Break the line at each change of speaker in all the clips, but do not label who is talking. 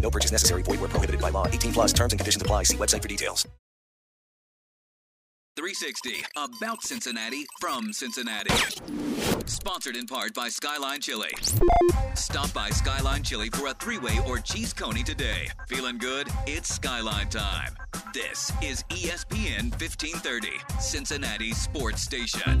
No purchase necessary. Void where prohibited by law. 18 plus terms and conditions apply. See website for details.
360 About Cincinnati from Cincinnati. Sponsored in part by Skyline Chili. Stop by Skyline Chili for a three way or cheese coney today. Feeling good? It's Skyline time. This is E ESPN 1530, Cincinnati Sports Station.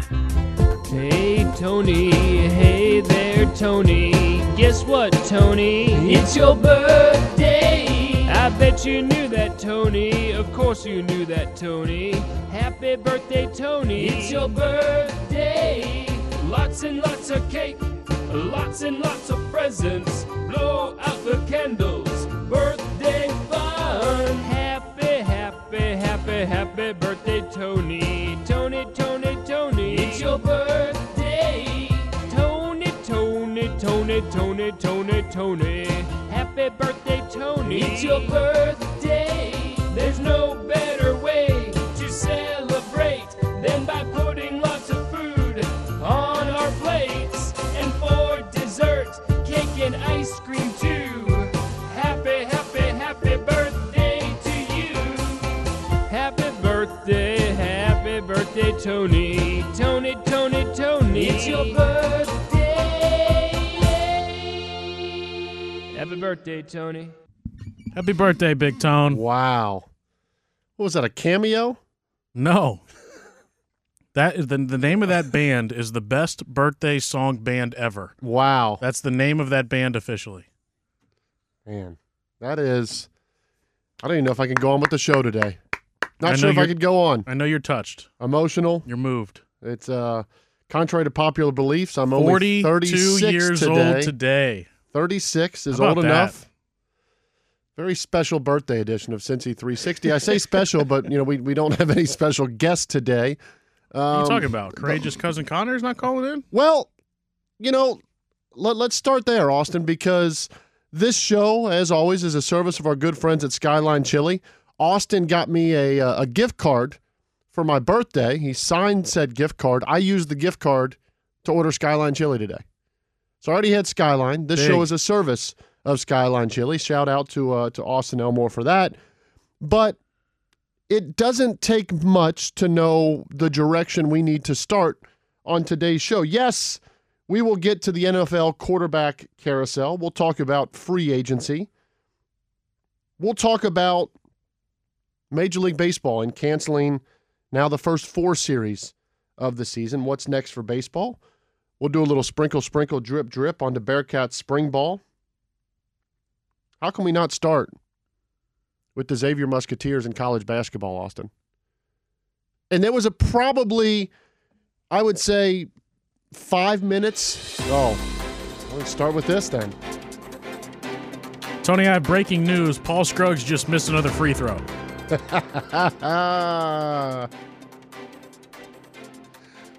Hey Tony, hey there Tony. Guess what, Tony? It's your birthday. I bet you knew that, Tony. Of course you knew that, Tony. Happy birthday, Tony. It's your birthday. Lots and lots of cake, lots and lots of presents. Blow out the candles. Birthday fun. Happy, happy, happy, happy birthday, Tony. Tony, Tony, Tony. It's your birthday. Tony, Tony, Tony, Tony, Tony, Tony. Happy birthday, Tony. It's your birthday. There's no better way to celebrate than by putting lots of food on our plates. And for dessert, cake and ice cream too. Happy, happy, happy birthday to you. Happy birthday, happy birthday, Tony. Tony, Tony, Tony. It's your birthday. Happy birthday, Tony.
Happy birthday, Big Tone.
Wow. What was that, a cameo?
No. That is the, the name of that band is the best birthday song band ever.
Wow.
That's the name of that band officially.
Man, that is. I don't even know if I can go on with the show today.
I know
Not sure if I
you're-
could go on.
I know you're touched.
Emotional.
You're moved.
It's uh, contrary to popular beliefs. I'm only
42
36
years
today.
old today.
36 is
How
old
about that?
enough. Very special birthday edition of Cincy 360. I say special, but you know we, we don't have any special guests today.
What are you
Um,
talking about? Courageous cousin Connor's not calling in?
Well, you know, let, let's start there, Austin, because this show, as always, is a service of our good friends at Skyline Chili. Austin got me a, uh, a gift card for my birthday. He signed said gift card. I used the gift card to order Skyline Chili today. So I already had Skyline. This
Big.
show is a service of Skyline Chili. Shout out to uh, to Austin Elmore for that. But it doesn't take much to know the direction we need to start on today's show. Yes, we will get to the NFL quarterback carousel. We'll talk about free agency. We'll talk about Major League Baseball and canceling now the first four series of the season. What's next for baseball? We'll do a little sprinkle, sprinkle, drip, drip onto Bearcats spring ball. How can we not start with the Xavier Musketeers in college basketball, Austin? And there was a probably, I would say, five minutes. Oh, let's start with this then.
Tony, I have breaking news. Paul Scruggs just missed another free throw.
Ah.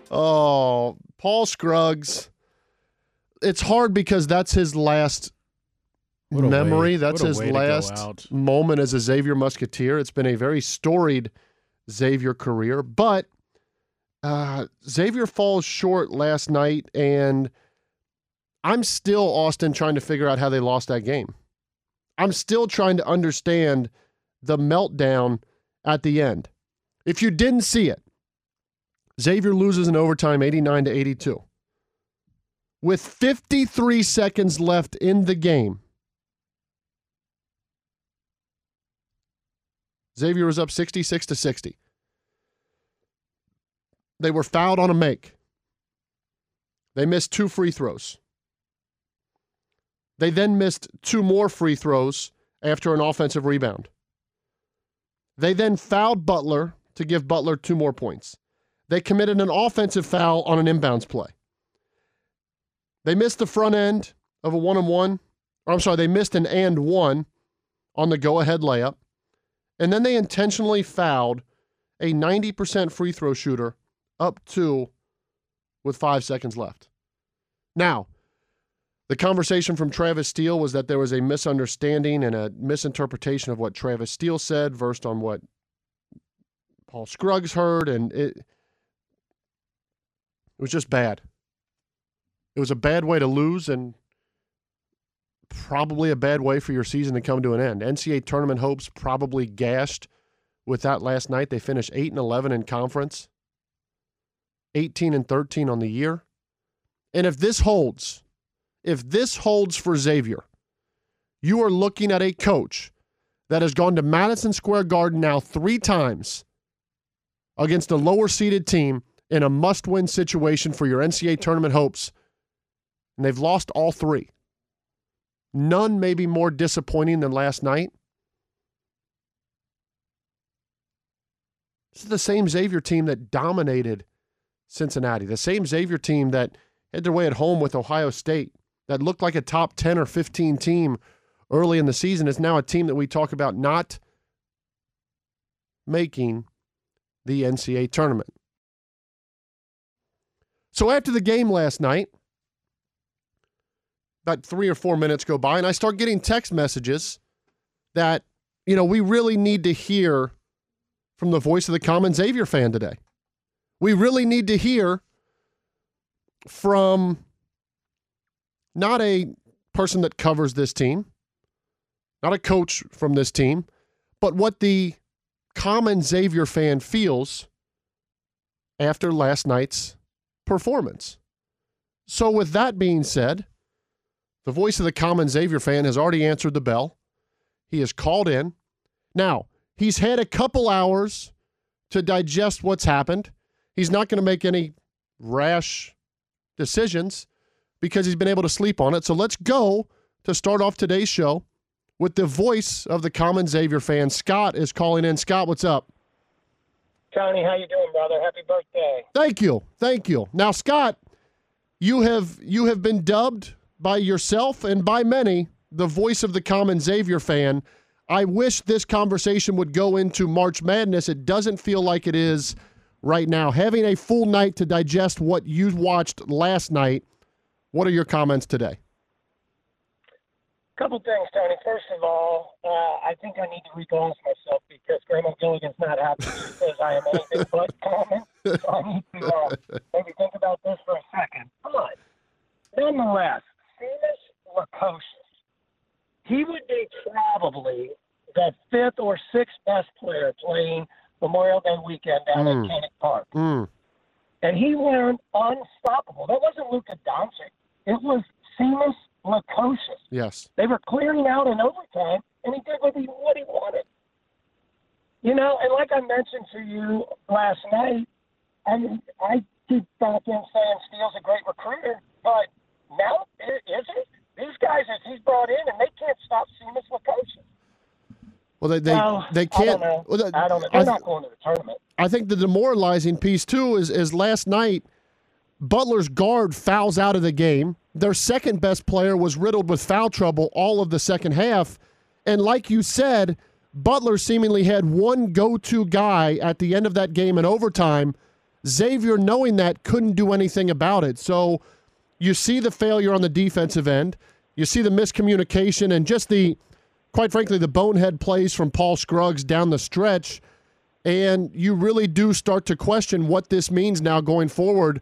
oh, Paul Scruggs. It's hard because that's his last
What a
memory.
way-
that's
what a
his
way to go out.
last moment as a Xavier Musketeer. It's been a very storied Xavier career, but uh, Xavier falls short last night, and I'm still Austin trying to figure out how they lost that game. I'm still trying to understand the meltdown at the end. If you didn't see it, Xavier loses in overtime 89 to 82. With 53 seconds left in the game, Xavier was up 66 to 60. They were fouled on a make. They missed two free throws. They then missed two more free throws after an offensive rebound. They then fouled Butler to give Butler two more points. They committed an offensive foul on an inbounds play. They missed the front end of a one on one. I'm sorry, they missed an and one on the go ahead layup And then they intentionally fouled a 90% free throw shooter up two with five seconds left. Now, the conversation from Travis Steele was that there was a misunderstanding and a misinterpretation of what Travis Steele said, versed on what Paul Scruggs heard, and it it was just bad. It was a bad way to lose, and probably a bad way for your season to come to an end. NCAA tournament hopes probably gashed with that last night. They finished eight and eleven in conference, eighteen and thirteen on the year, and if this holds, if this holds for Xavier, you are looking at a coach that has gone to Madison Square Garden now three times against a lower seeded team in a must win situation for your NCAA tournament hopes. And they've lost all three. None may be more disappointing than last night. This is the same Xavier team that dominated Cincinnati, the same Xavier team that had their way at home with Ohio State, that looked like a top 10 or 15 team early in the season, is now a team that we talk about not making the NCAA tournament. So after the game last night, about three or four minutes go by, and I start getting text messages that, you know, we really need to hear from the voice of the common Xavier fan today. We really need to hear from not a person that covers this team, not a coach from this team, but what the common Xavier fan feels after last night's performance. So, with that being said, the voice of the common Xavier fan has already answered the bell. He has called in. Now, he's had a couple hours to digest what's happened. He's not going to make any rash decisions because he's been able to sleep on it. So, let's go to start off today's show with the voice of the common Xavier fan. Scott is calling in. Scott, what's up?
Tony, how you doing, brother? Happy birthday.
Thank you. Thank you. Now, Scott, you have you have been dubbed by yourself and by many the voice of the common Xavier fan. I wish this conversation would go into March Madness. It doesn't feel like it is right now. Having a full night to digest what you watched last night. What are your comments today?
couple things, Tony. First of all, uh, I think I need to reclass myself because Grandma Gilligan's not happy. She says I am anything but common. So I need to uh, maybe think about this for a second. But nonetheless, Seamus Lacocious, he would be probably the fifth or sixth best player playing Memorial Day weekend down
Mm.
Hmm.
at Canic Park.
Mm,
And he learned unstoppable. That wasn't Luka Doncic. It was Seamus Lacocious.
yes.
They were clearing out in overtime, and he did what he, what he wanted. You know, and like I mentioned to you last night, I mean, I keep back in saying Steele's a great recruiter, but now i- is he? These guys that he's brought in, and they can't stop Seamus Lacoste.
Well, they they,
No,
they can't.
I don't know.
well, the-
I don't know.
I
They're
th-
not going to the tournament.
I think the demoralizing piece too is is last night Butler's guard fouls out of the game. Their second best player was riddled with foul trouble all of the second half. And like you said, Butler seemingly had one go-to guy at the end of that game in overtime. Xavier knowing that couldn't do anything about it. So you see the failure on the defensive end. You see the miscommunication and just the quite frankly the bonehead plays from Paul Scruggs down the stretch and you really do start to question what this means now going forward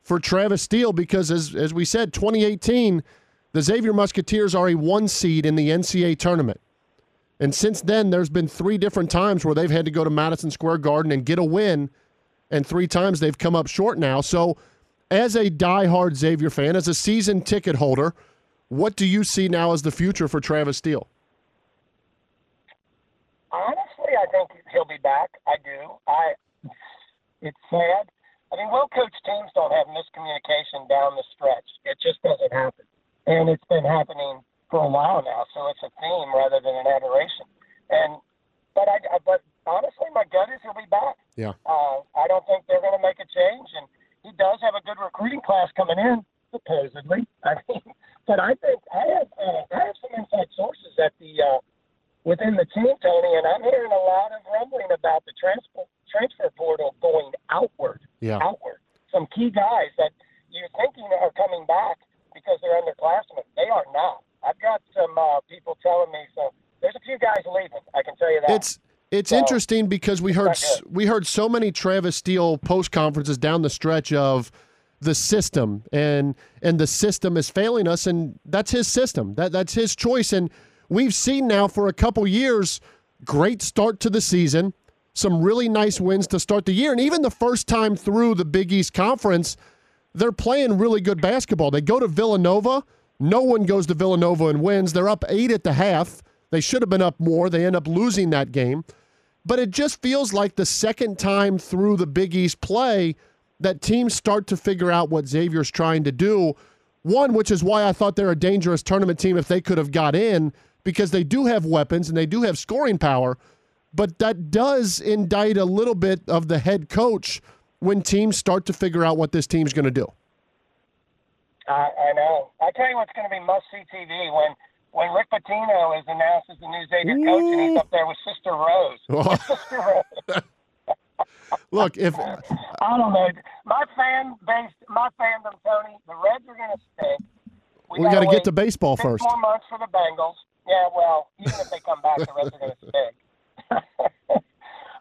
for Travis Steele because as as we said 2018 the Xavier Musketeers are a one seed in the NCAA tournament. And since then there's been three different times where they've had to go to Madison Square Garden and get a win and three times they've come up short now. So as a diehard Xavier fan, as a season ticket holder, what do you see now as the future for Travis Steele?
Honestly, I think he'll be back. I do. I. It's sad. I mean, well coached teams don't have miscommunication down the stretch. It just doesn't happen, and it's been happening for a while now. So it's a theme rather than an aberration. And but I but honestly, my gut is he'll be back.
Yeah.
Uh, I don't think they're going to make a change, and he does have a good recruiting class coming in, supposedly. I mean, but I think I have uh, I have some inside sources at the uh, within the team, Tony, and I'm hearing a lot transfer transfer portal going outward,
Yeah.
outward. Some key guys that you're thinking are coming back because they're underclassmen, they are not. I've got some uh, people telling me so. There's a few guys leaving. I can tell you that.
It's it's interesting because we heard s- we heard so many Travis Steele post conferences down the stretch of the system and and the system is failing us and that's his system that that's his choice and we've seen now for a couple years great start to the season some really nice wins to start the year and even the first time through the Big East conference they're playing really good basketball. They go to Villanova. No one goes to Villanova and wins. They're up eight at the half. They should have been up more. They end up losing that game. But it just feels like the second time through the Big East play that teams start to figure out what Xavier's trying to do. One, which is why I thought they're a dangerous tournament team if they could have got in, because they do have weapons and they do have scoring power. But that does indict a little bit of the head coach when teams start to figure out what this team's going to do.
I, I know. I tell you what's going to be must see TV when when Rick Pitino is announced as the new Xavier coach and he's up there with Sister Rose. Sister Rose.
Look, if
I don't know. My fan base, my fandom, Tony. The Reds are going to stink.
we got
gotta
to get to
wait
baseball
six
first,
more months for the Bengals. Yeah, well, even if they come back, the Reds are going to stink.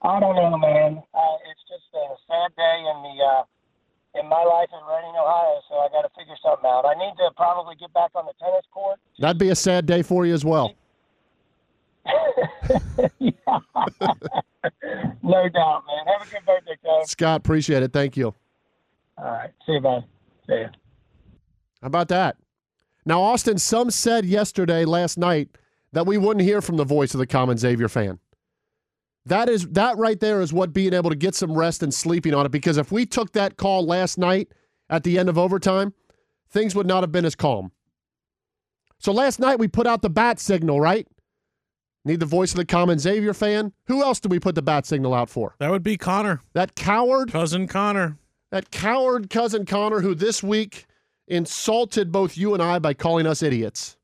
I don't know, man. Uh, it's just a sad day in the uh, in my life in Reading, Ohio. So I got to figure something out. I need to probably get back on the tennis court.
that'd be a sad day for you as well.
No doubt, man. Have a good birthday, Coach.
Scott, appreciate it. Thank you.
All right. See you, man. See ya.
How about that? Now, Austin, some said yesterday, last night, that we wouldn't hear from the voice of the common Xavier fan. That is that right there is what being able to get some rest and sleeping on it. Because if we took that call last night at the end of overtime, things would not have been as calm. So last night we put out the bat signal, right? Need the voice of the common Xavier fan. Who else did we put the bat signal out for?
That would be Connor,
That coward
cousin Connor.
that coward cousin Connor, who this week insulted both you and I by calling us idiots.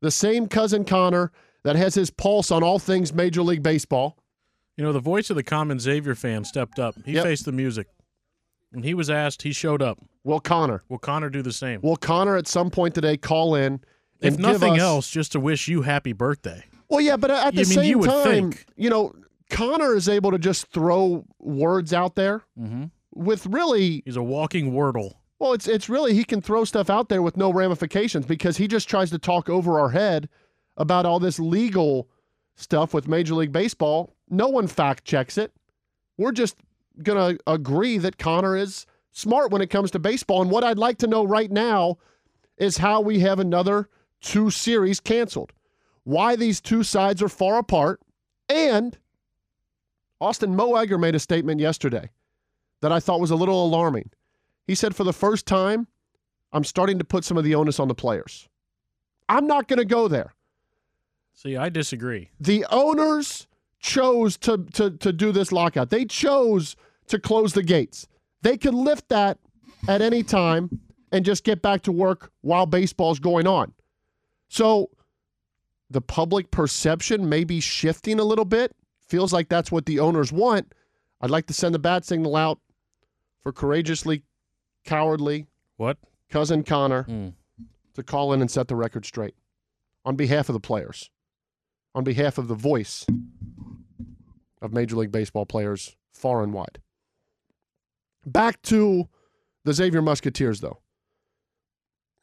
The same cousin Connor that has his pulse on all things Major League Baseball.
You know, the voice of the common Xavier fan stepped up. He
Yep.
faced the music. When he was asked, he showed up.
Will Connor.
Will Connor do the same?
Will Connor at some point today call in and
if nothing
give us-
else, just to wish you happy birthday.
Well, yeah, but at the
You mean,
same
you would
time,
think.
you know, Connor is able to just throw words out there with really
He's a walking wordle.
Well, it's it's really he can throw stuff out there with no ramifications because he just tries to talk over our head about all this legal stuff with Major League Baseball. No one fact checks it. We're just going to agree that Connor is smart when it comes to baseball and what I'd like to know right now is how we have another two series canceled. Why these two sides are far apart and Austin Moeger made a statement yesterday that I thought was a little alarming. He said, for the first time, I'm starting to put some of the onus on the players. I'm not going to go there.
See, I disagree.
The owners chose to, to, to do this lockout, they chose to close the gates. They could lift that at any time and just get back to work while baseball's going on. So the public perception may be shifting a little bit. Feels like that's what the owners want. I'd like to send the bat signal out for courageously cowardly
What?
cousin Connor
Mm.
to call in and set the record straight on behalf of the players, on behalf of the voice of Major League Baseball players far and wide. Back to the Xavier Musketeers, though.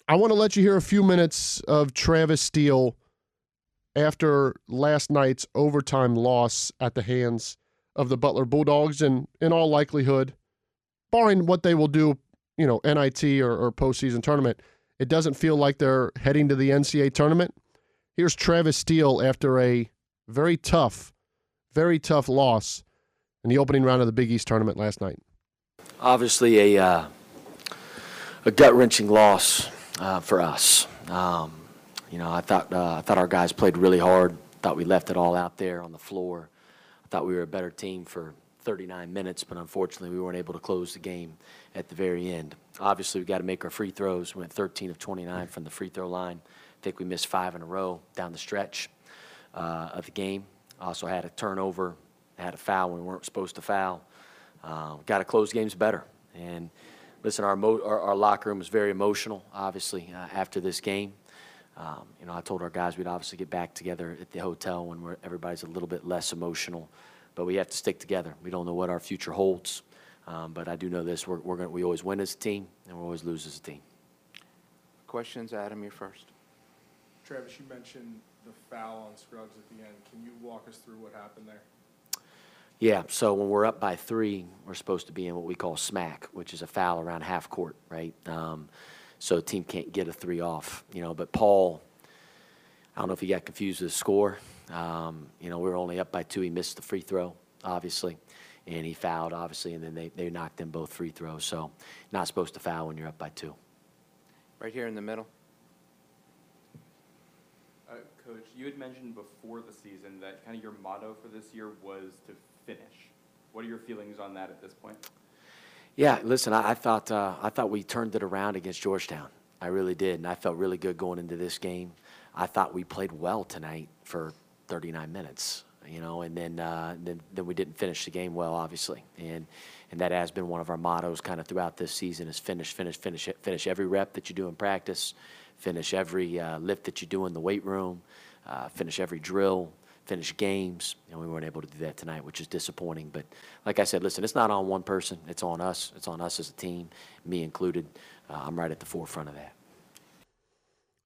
I want to let you hear a few minutes of Travis Steele after last night's overtime loss at the hands of the Butler Bulldogs, and in all likelihood, barring what they will do you know NIT or, or postseason tournament, it doesn't feel like they're heading to the NCAA tournament. Here's Travis Steele after a very tough, very tough loss in the opening round of the Big East tournament last night.
Obviously, a, uh, a gut wrenching loss uh, for us. Um, you know, I thought, uh, I thought our guys played really hard. thought we left it all out there on the floor. I thought we were a better team for 39 minutes, but unfortunately, we weren't able to close the game at the very end. Obviously, we got to make our free throws. We went 13 of 29 from the free throw line. I think we missed five in a row down the stretch uh, of the game. Also had a turnover had a foul when we weren't supposed to foul. Um, Got to close games better. And listen, our, mo- our, our locker room was very emotional, obviously, uh, after this game. Um, you know, I told our guys we'd obviously get back together at the hotel when we're, everybody's a little bit less emotional, but we have to stick together. We don't know what our future holds, um, but I do know this: we're, we're gonna, we always win as a team, and we always lose as a team.
Questions, Adam, you're first.
Travis, you mentioned the foul on Scruggs at the end. Can you walk us through what happened there?
Yeah, so when we're up by three, we're supposed to be in what we call smack, which is a foul around half court, right? Um, so a team can't get a three off, you know. But Paul, I don't know if he got confused with the score. Um, you know, we were only up by two. He missed the free throw, obviously, and he fouled, obviously, and then they, they knocked in both free throws. So not supposed to foul when you're up by two.
Right here in the middle.
Uh, Coach, you had mentioned before the season that kind of your motto for this year was to finish. What are your feelings on that at this point?
Yeah, listen, I, I thought uh, I thought we turned it around against Georgetown. I really did, and I felt really good going into this game. I thought we played well tonight for 39 minutes, you know, and then uh, then, then we didn't finish the game well, obviously, and and that has been one of our mottos kind of throughout this season is finish, finish, finish, it- finish every rep that you do in practice, finish every uh, lift that you do in the weight room, uh, finish every drill, finish games, and we weren't able to do that tonight, which is disappointing. But like I said, listen, it's not on one person. It's on us. It's on us as a team, me included. Uh, I'm right at the forefront of that.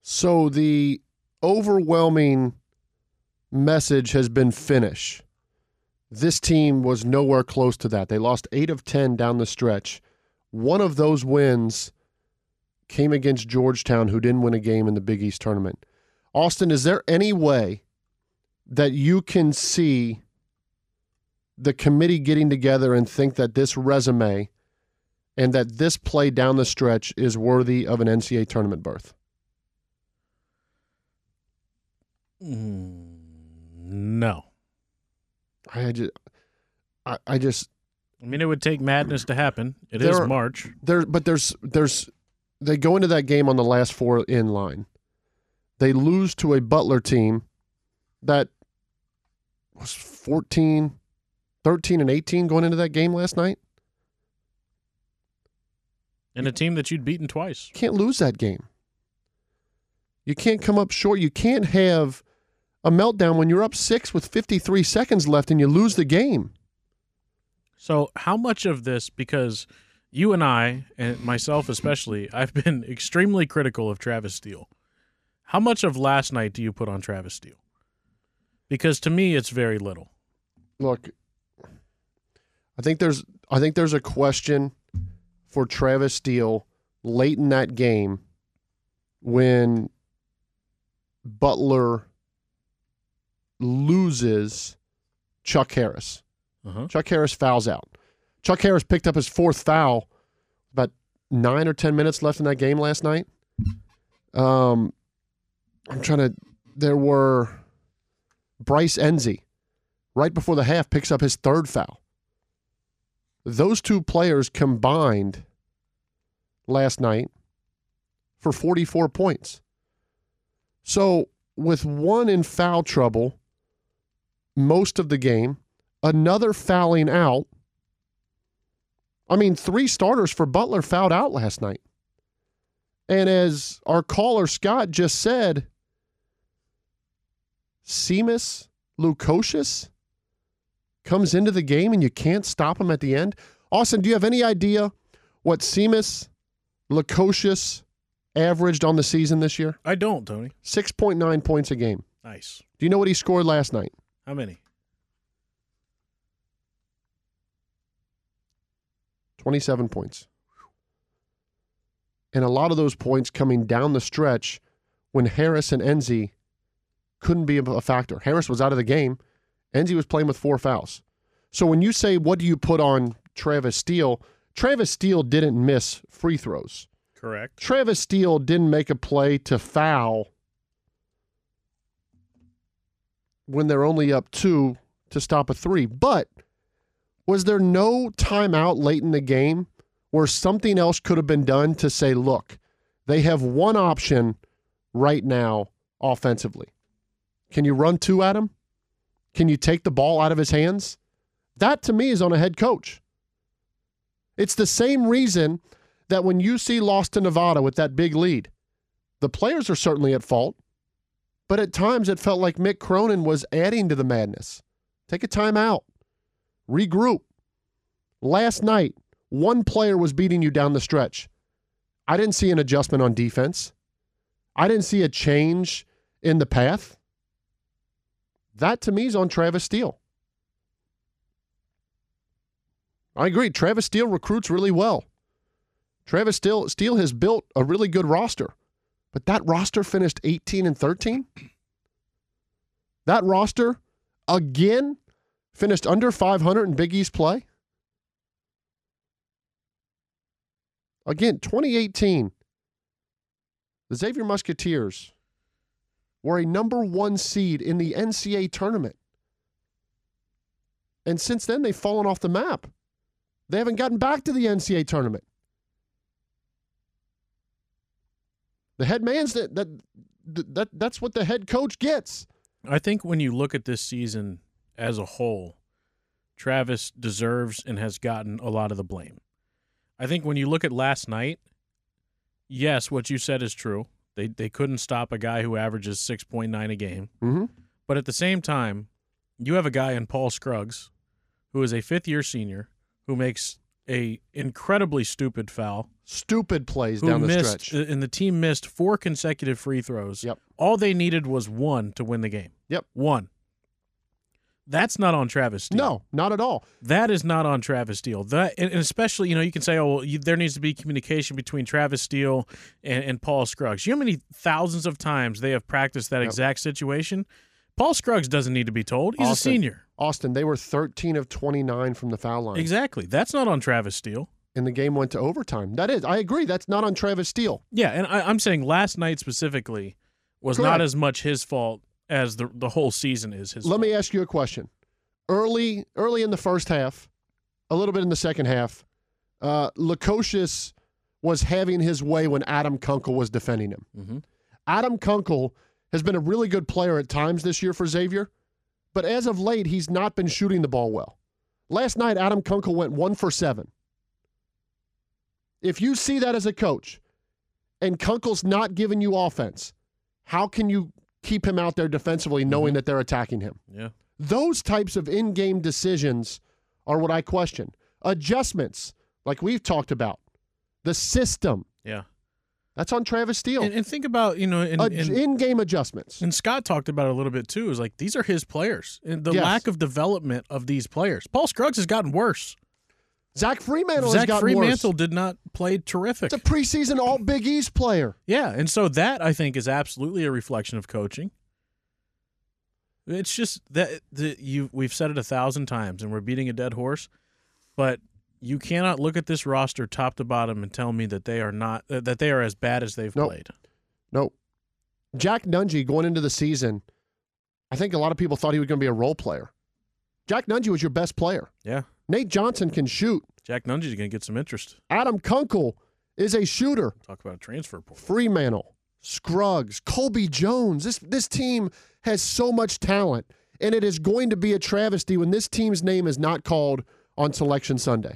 So the overwhelming message has been finish. This team was nowhere close to that. They lost 8 of 10 down the stretch. One of those wins came against Georgetown who didn't win a game in the Big East tournament. Austin, is there any way that you can see the committee getting together and think that this resume and that this play down the stretch is worthy of an NCAA tournament berth?
No.
I just, I, I just.
I mean, it would take madness to happen. It is
There are-
March.
There, but there's there's they go into that game on the last four in line. They lose to a Butler team that was 14, 13 and 18 going into that game last night.
And a team that you'd beaten twice.
Can't lose that game. You can't come up short. You can't have a meltdown when you're up 6 with 53 seconds left and you lose the game.
So, how much of this, because you and I, and myself especially, I've been extremely critical of Travis Steele. How much of last night do you put on Travis Steele? Because to me, it's very little.
look i think there's i think there's a question for travis steele late in that game when butler loses chuck harris chuck harris fouls out chuck harris picked up his fourth foul about nine or ten minutes left in that game last night um i'm trying to there were bryce enzi right before the half picks up his third foul. Those two players combined last night for 44 points. So, with one in foul trouble most of the game, another fouling out. I mean, three starters for Butler fouled out last night. And as our caller Scott just said, Seamus Lukosius comes into the game and you can't stop him at the end. Austin, do you have any idea what Seamus Lukosius averaged on the season this year?
I don't, Tony.
6.9 points a game.
Nice.
Do you know what he scored last night?
How many?
27 points. And a lot of those points coming down the stretch when Harris and Enzi couldn't be a factor. Harris was out of the game. Enzi was playing with four fouls. So when you say, what do you put on Travis Steele? Travis Steele didn't miss free throws.
Correct.
Travis Steele didn't make a play to foul when they're only up two to stop a three. But was there no timeout late in the game where something else could have been done to say, look, they have one option right now offensively? Can you run two at him? Can you take the ball out of his hands? That to me is on a head coach. It's the same reason that when UC lost to Nevada with that big lead, the players are certainly at fault, but at times it felt like Mick Cronin was adding to the madness. Take a time out, regroup. Last night, one player was beating you down the stretch. I didn't see an adjustment on defense. I didn't see a change in the path. That to me is on Travis Steele. I agree. Travis Steele recruits really well. Travis Steele, Steele has built a really good roster, but that roster finished 18 and 13. That roster again finished under 500 in Big East play. Again, 2018, the Xavier Musketeers were a number one seed in the NCAA tournament. And since then, they've fallen off the map. They haven't gotten back to the NCAA tournament. The head man's that, that, that that's what the head coach gets.
I think when you look at this season as a whole, Travis deserves and has gotten a lot of the blame. I think when you look at last night, yes, what you said is true. They they couldn't stop a guy who averages six point nine a game.
Mm-hmm.
But at the same time, you have a guy in Paul Scruggs, who is a fifth year senior, who makes a incredibly stupid foul.
Stupid plays
who
down the
missed,
stretch.
And the team missed four consecutive free throws.
Yep.
All they needed was one to win the game.
Yep.
One. That's not on Travis Steele.
No, not at all.
That is not on Travis Steele. That and and especially, you know, you can say, oh, well, you, there needs to be communication between Travis Steele and, and Paul Scruggs. You know how many thousands of times they have practiced that
Yep.
exact situation? Paul Scruggs doesn't need to be told. He's
Austin-
a senior.
Austin, they were 13 of 29 from the foul line.
Exactly. That's not on Travis Steele.
And the game went to overtime. That is, I agree. That's not on Travis Steele.
Yeah, and I, I'm saying last night specifically was not
Correct.
as much his fault as the the whole season is his.
Let me ask you a question. Early, early in the first half, a little bit in the second half, uh, Lukosius was having his way when Adam Kunkel was defending him.
Mhm.
Adam Kunkel has been a really good player at times this year for Xavier, but as of late, he's not been shooting the ball well. Last night, Adam Kunkel went one for seven. If you see that as a coach, and Kunkel's not giving you offense, how can you keep him out there defensively knowing that they're attacking him?
Mm-hmm. Yeah.
Those types of in game decisions are what I question. Adjustments, like we've talked about, the system,
Yeah.
that's on Travis Steele.
And, and think about you know in, in-
in game adjustments.
and Scott talked about it a little bit too. Is like these are his players and the
Yes.
lack of development of these players. Paul Scruggs has gotten worse.
Zach Fremantle has
Zach
gotten
Fremantle
worse.
did not play terrific.
It's a preseason All Big East player.
yeah, and so that I think is absolutely a reflection of coaching. It's just that the, you we've said it a thousand times, and we're beating a dead horse, but you cannot look at this roster top to bottom and tell me that they are not that that they are as bad as they've
Nope.
played.
No. Jack Nungy going into the season, I think a lot of people thought he was going to be a role player. Jack Nungy was your best player.
Yeah,
Nate Johnson can shoot.
Jack Nungy's going to get some interest.
Adam Kunkel is a shooter.
Talk about a transfer portal.
Fremantle, Scruggs, Colby Jones. This this team has so much talent, and it is going to be a travesty when this team's name is not called on Selection Sunday.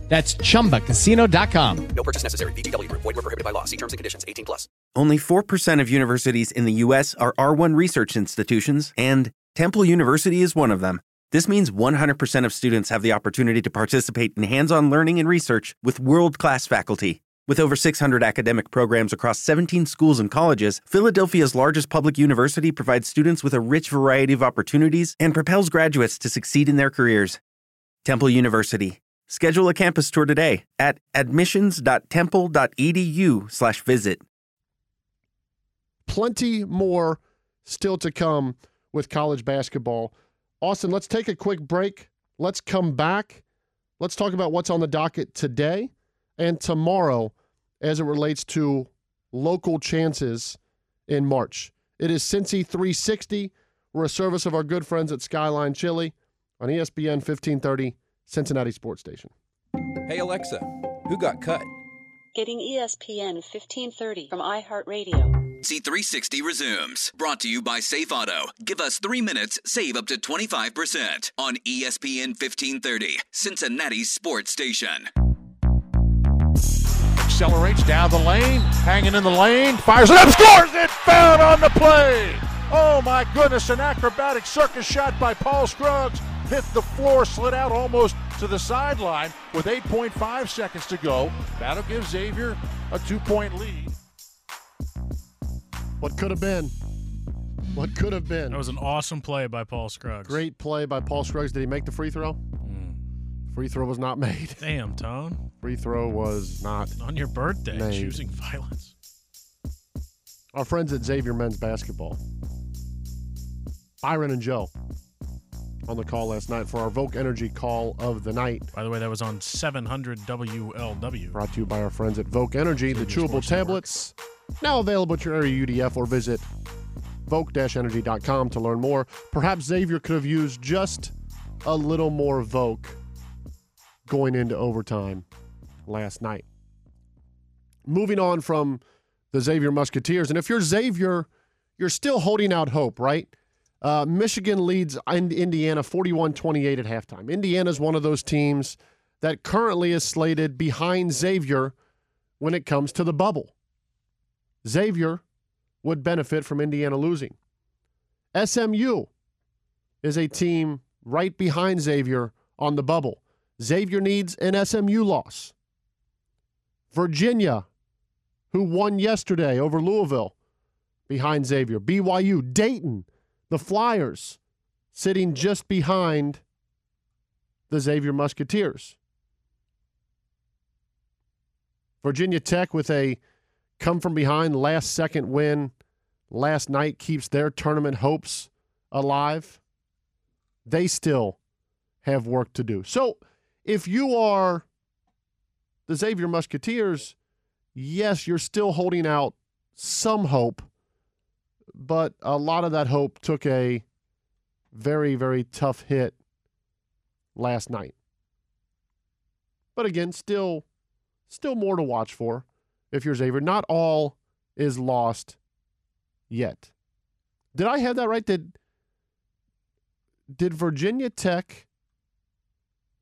That's chumbacasino.com.
No purchase necessary. VGW Group. Void were prohibited by law. See terms and conditions. 18 plus.
Only 4% of universities in the U.S. are R1 research institutions, and Temple University is one of them. This means 100% of students have the opportunity to participate in hands on learning and research with world class faculty. With over 600 academic programs across 17 schools and colleges, Philadelphia's largest public university provides students with a rich variety of opportunities and propels graduates to succeed in their careers. Temple University. Schedule a campus tour today at admissions.temple.edu/visit.
Plenty more still to come with college basketball. Austin, let's take a quick break. Let's come back. Let's talk about what's on the docket today. and tomorrow as it relates to local chances in March. It is Cincy 360. We're a service of our good friends at Skyline Chili on E ESPN 1530, Cincinnati Sports Station.
Hey Alexa, who got cut?
Getting E ESPN 1530 from iHeartRadio.
C360 resumes. Brought to you by Safe Auto. Give us three minutes, save up to 25% on E ESPN 1530, Cincinnati Sports Station.
Accelerates down the lane, hanging in the lane, fires it up, scores it, foul on the play. Oh my goodness, an acrobatic circus shot by Paul Scruggs. Hit the floor, slid out almost to the sideline with 8.5 seconds to go. That'll give Xavier a two point lead.
What could have been? What could have been?
That was an awesome play by Paul Scruggs. Hmm.
Great play by Paul Scruggs. Did he make the free throw? Free throw was not made.
Damn, Tone.
Free throw was not.
On your birthday,
made.
choosing violence.
Our friends at Xavier Men's Basketball, Byron and Joe, on the call last night for our Volk Energy call of the night.
By the way, that was on 700 WLW.
Brought to you by our friends at Volk Energy, the chewable tablets, now available at your area UDF or visit Voke-energy.com to learn more. Perhaps Xavier could have used just a little more Voke going into overtime last night. Moving on from the Xavier Musketeers, and if you're Xavier, you're still holding out hope, right? Uh, Michigan leads in- Indiana 41 28 at halftime. Indiana's one of those teams that currently is slated behind Xavier when it comes to the bubble. Xavier would benefit from Indiana losing. SMU is a team right behind Xavier on the bubble. Xavier needs an SMU loss. Virginia, who won yesterday over Louisville, behind Xavier. BYU, Dayton, the Flyers, sitting just behind the Xavier Musketeers. Virginia Tech with a come from behind last second win last night keeps their tournament hopes alive. They still have work to do. So if you are the Xavier Musketeers, yes, you're still holding out some hope, but a lot of that hope took a very, very tough hit last night. But again, still still more to watch for if you're Xavier. Not all is lost yet. Did I have that right? Did did Virginia Tech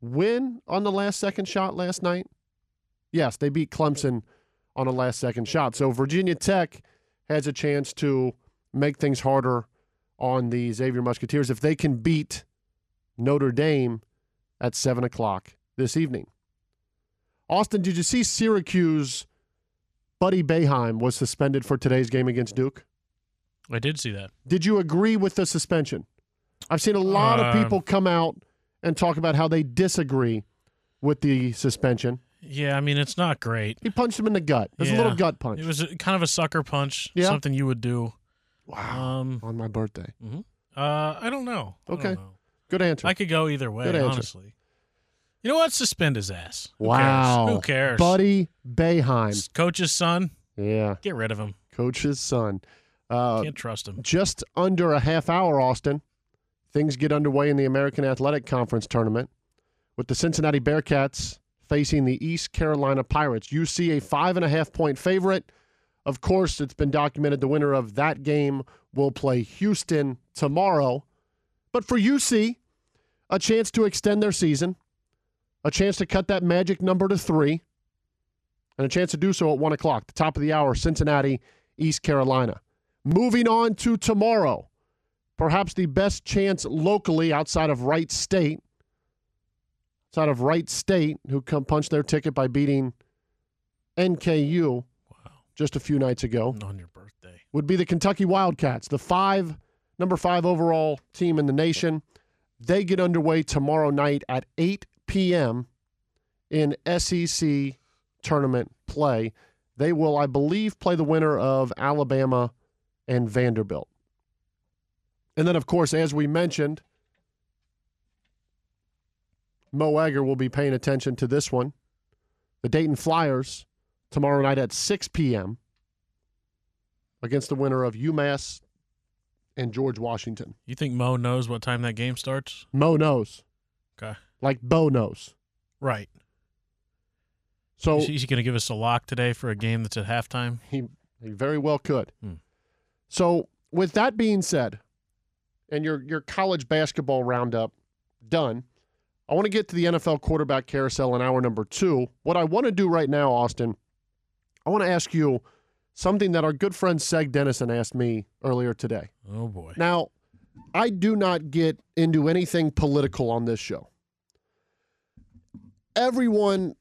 win on the last second shot last night? Yes, they beat Clemson on a last second shot. So Virginia Tech has a chance to make things harder on the Xavier Musketeers if they can beat Notre Dame at seven o'clock this evening. Austin, did you see Syracuse? Buddy Bayheim was suspended for today's game against Duke.
I did see that.
Did you agree with the suspension? I've seen a lot of
Um,
people come out and talk about how they disagree with the suspension.
Yeah, I mean, it's not great.
He punched him in the gut. There's a little
Yeah.
gut punch.
It was a, kind of a sucker punch,
Yeah.
something you would do.
Wow.
Um,
on my birthday.
Uh, I don't know. I don't
Okay.
know.
Good answer.
I could go either way,
Good answer.
honestly. You know what? Suspend his ass. Who
wow.
Cares? Who cares?
Buddy Bayheim.
Coach's son.
Yeah.
Get rid of him.
Coach's son. Uh,
Can't trust him.
Just under a half hour, Austin. Things get underway in the American Athletic Conference tournament with the Cincinnati Bearcats facing the East Carolina Pirates. You see a five and a half point favorite. Of course, it's been documented the winner of that game will play Houston tomorrow. But for UC, a chance to extend their season, a chance to cut that magic number to three, and a chance to do so at one o'clock, the top of the hour, Cincinnati, East Carolina. Moving on to tomorrow, perhaps the best chance locally outside of Wright State, outside of Wright State, who come punch their ticket by beating NKU just a few nights ago would be the Kentucky Wildcats, the five number five overall team in the nation. They get underway tomorrow night at 8 p.m. in SEC tournament play. They will, I believe, play the winner of Alabama and Vanderbilt. And then, of course, as we mentioned, Mo Egger will be paying attention to this one The Dayton Flyers tomorrow night at 6 p.m. against the winner of UMass and George Washington.
You think Mo knows what time that game starts?
Mo knows.
Okay.
Like Bo knows.
Right.
So
Is he going to give us a lock today for a game that's at halftime?
He, he very well could.
Hmm.
So with that being said, and your your college basketball roundup done, I want to get to the NFL quarterback carousel in hour number two. What I want to do right now, Austin, I want to ask you something that our good friend Seg Dennison asked me earlier today.
Oh boy.
Now, I do not get into anything political on this show. Everyone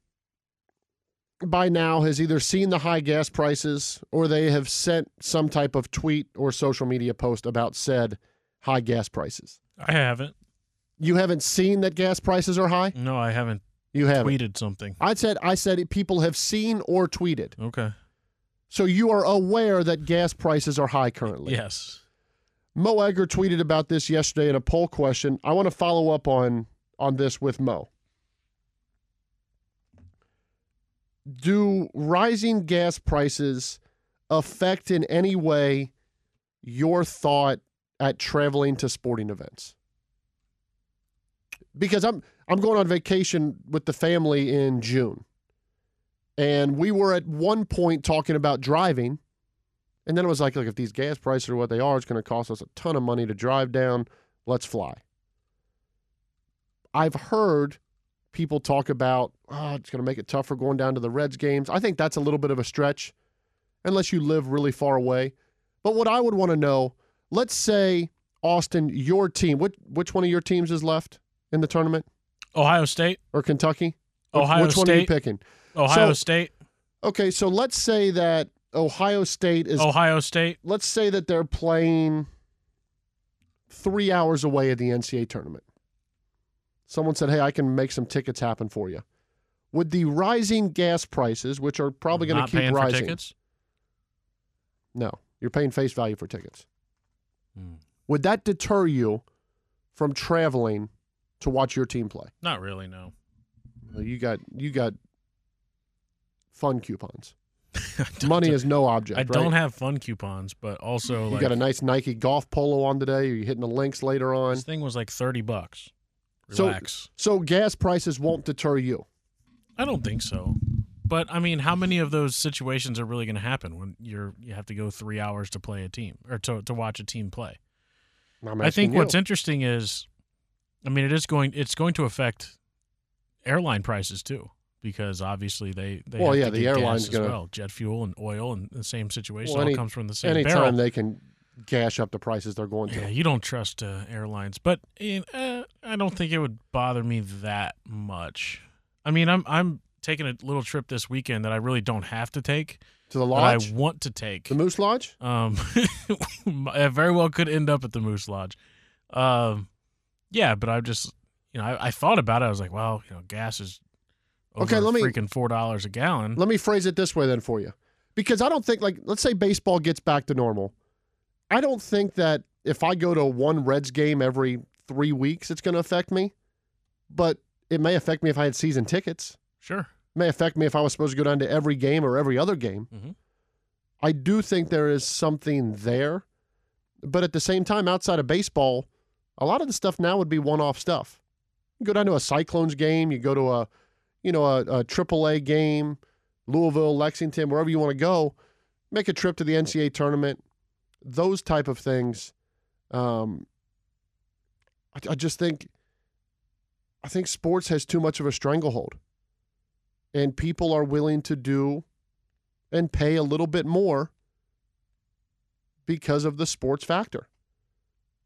by now has either seen the high gas prices or they have sent some type of tweet or social media post about said high gas prices.
I haven't.
You haven't seen that gas prices are high?
No, I haven't.
You haven't.
tweeted something.
I said I said people have seen or tweeted.
Okay.
So you are aware that gas prices are high currently.
Yes.
Mo Egger tweeted about this yesterday in a poll question. I want to follow up on on this with Mo. Do rising gas prices affect in any way your thought at traveling to sporting events? Because I'm I'm going on vacation with the family in June. And we were at one point talking about driving. And then it was like, look, if these gas prices are what they are, it's going to cost us a ton of money to drive down. Let's fly. I've heard people talk about, oh, it's going to make it tougher going down to the Reds games. I think that's a little bit of a stretch, unless you live really far away. But what I would want to know, let's say Austin, your team, which which one of your teams is left in the tournament?
Ohio State
or Kentucky? Which-
Ohio
which one are you
State.
picking?
Ohio
So-
State.
Okay, so let's say that Ohio State is
Ohio State.
Let's say that they're playing three hours away at the NCAA tournament. Someone said, "Hey, I can make some tickets happen for you." With the rising gas prices, which are probably going
Not
to keep
paying for
rising,
tickets.
no, you're paying face value for tickets.
Hmm.
Would that deter you from traveling to watch your team play?
Not really. No.
Well, Uh, You got you got fun coupons. Money is no object.
I don't
right?
have fun coupons, but also
You
like
got a nice Nike golf polo on today. Are you hitting the links later on?
this thing was like thirty bucks.
So-
Relax.
So gas prices won't deter you.
I don't think so. But I mean, how many of those situations are really going to happen when you're you have to go three hours to play a team or to to watch a team play?
I'm
I think
asking
what's
you.
interesting is, I mean, it is going it's going to affect airline prices too because obviously they they
Well,
have
yeah,
to
the
get gas
airline's
as
gonna-
well jet fuel and oil and the same situation
Well,
all
any-
comes from the same
anytime
barrel.
they can gash up the prices they're going to.
Yeah, you don't trust uh, airlines, but eh, uh, I don't think it would bother me that much. I mean, I'm I'm taking a little trip this weekend that I really don't have to take.
To the
that I
lodge?
want to take.
The Moose Lodge?
Um, I um, very well could end up at the Moose Lodge. Um, yeah, but I just you know I, I thought about it. I was like, well, you know, gas is over
Okay, let me-
freaking four dollars a gallon.
Let me phrase it this way then for you. Because I don't think like let's say baseball gets back to normal. I don't think that if I go to one Reds game every 3 weeks it's going to affect me. But it may affect me if I had season tickets.
Sure.
It may affect me if I was supposed to go down to every game or every other game.
Mhm.
I do think there is something there. But at the same time, outside of baseball, a lot of the stuff now would be one off stuff. You go down to a Cyclones game, you go to a you know, a, a AAA game, Louisville, Lexington, wherever you want to go, make a trip to the NCAA tournament, those type of things. Um, I, I just think, I think sports has too much of a stranglehold, and people are willing to do and pay a little bit more because of the sports factor.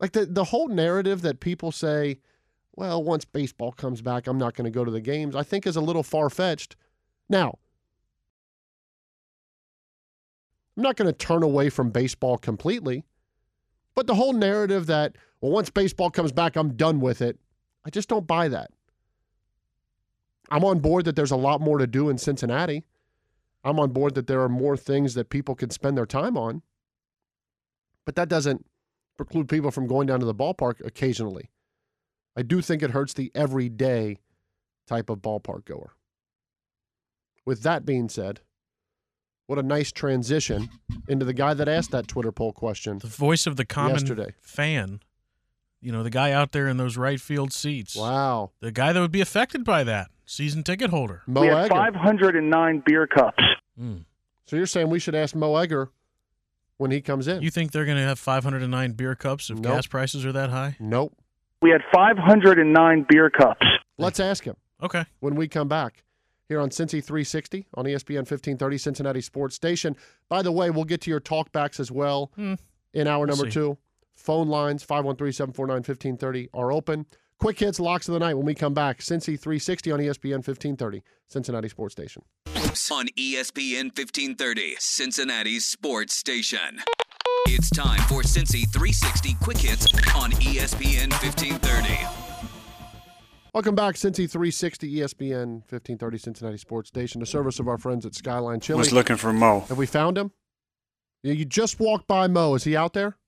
Like the the whole narrative that people say, well, once baseball comes back, I'm not going to go to the games, I think is a little far fetched. Now, I'm not going to turn away from baseball completely, but the whole narrative that, well, once baseball comes back, I'm done with it, I just don't buy that. I'm on board that there's a lot more to do in Cincinnati. I'm on board that there are more things that people can spend their time on, but that doesn't preclude people from going down to the ballpark occasionally. I do think it hurts the everyday type of ballpark goer. With that being said, what a nice transition into the guy that asked that Twitter poll question. The
voice of the common
yesterday.
fan. You know, the guy out there in those right field seats.
Wow.
The guy that would be affected by that. Season ticket holder.
Mo Egger.
509 beer cups.
Hmm.
So you're saying we should ask Mo Egger when he comes in?
You think they're going to have 509 beer cups if
Nope.
gas prices are that high?
Nope.
We had 509 beer cups.
Let's ask him.
Okay.
When we come back here on Cincy 360 on E ESPN 1530 Cincinnati Sports Station. By the way, we'll get to your talkbacks as well
Hmm.
in hour
We'll
number
see.
two. Phone lines 513 749 1530 are open. Quick hits, locks of the night when we come back. Cincy 360 on E ESPN 1530 Cincinnati Sports Station.
On E ESPN 1530, Cincinnati's sports station. It's time for Cincy 360 Quick Hits on E ESPN 1530.
Welcome back, Cincy E 360 ESPN 1530 Cincinnati Sports Station, the service of our friends at Skyline Chili.
Was looking for Mo.
Have we found him? You you just walked by Mo. Is he out there?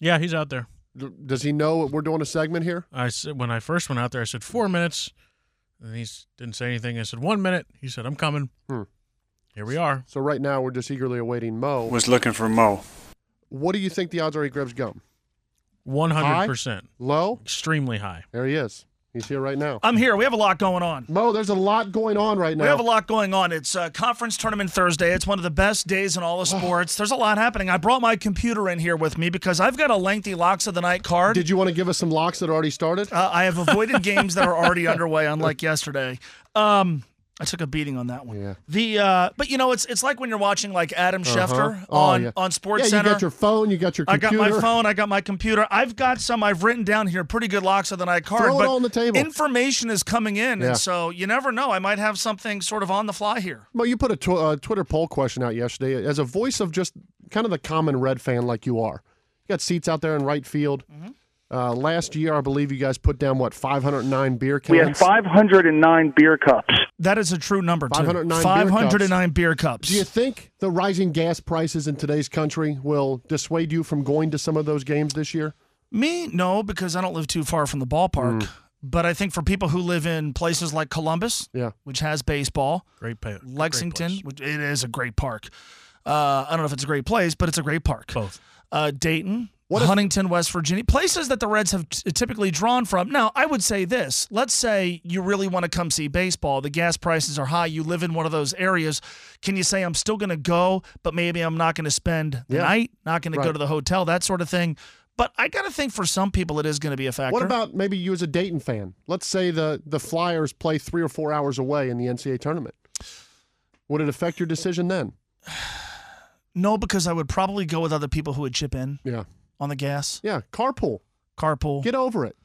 Yeah, he's out there.
D- Does he know we're doing a segment here?
I said when I first went out there, I said four minutes, and he s- didn't say anything. I said one minute. He said I'm coming.
Hmm.
Here we are.
So right now we're just eagerly awaiting Mo.
Was looking for Mo.
What do you think the odds are he grabs gum?
One hundred percent
low,
extremely high.
There he is. He's here right now.
I'm here. We have a lot going on.
Mo, there's a lot going on right now.
We have a lot going on. It's uh, conference tournament Thursday. It's one of the best days in all of sports. There's a lot happening. I brought my computer in here with me because I've got a lengthy locks of the night card.
Did you want to give us some locks that already started?
Uh, I have avoided games that are already underway, unlike yesterday. Um, I took a beating on that one.
Yeah.
The uh, but you know it's it's like when you're watching like Adam Schefter
Uh-huh. Oh,
on
yeah.
on Sports
yeah,
Center.
You got your phone. You got your
I
computer.
got my phone. I got my computer. I've got some I've written down here. Pretty good locks of the night card.
Throw it
but
all on the table.
Information is coming in,
Yeah.
and so you never know. I might have something sort of on the fly here.
Mo, you put a tw- uh, Twitter poll question out yesterday as a voice of just kind of the common Red fan like you are. You got seats out there in right field. Uh, last year, I believe you guys put down what 509 beer cans.
We had
509 beer cups.
That is a true number. too.
509 beer
509 beer cups.
Do you think the rising gas prices in today's country will dissuade you from going to some of those games this year?
Me, no, because I don't live too far from the ballpark.
Mm.
But I think for people who live in places like Columbus,
Yeah.
which has baseball,
Great pa- great
Lexington, which it is a great park. Uh, I don't know if it's a great place, but it's a great park.
Both.
Uh, Dayton, Huntington, West Virginia, places that the Reds have t- typically drawn from. Now, I would say this. Let's say you really want to come see baseball. The gas prices are high. You live in one of those areas. Can you say, I'm still going to go, but maybe I'm not going to spend the
Yeah.
night, not going to
Right.
go to the hotel, that sort of thing? But I got to think for some people it is going to be a factor.
What about maybe you as a Dayton fan? Let's say the the Flyers play three or four hours away in the NCAA tournament. Would it affect your decision then?
No, because I would probably go with other people who would chip in.
Yeah.
On the gas.
Yeah. Carpool.
Carpool.
Get over it.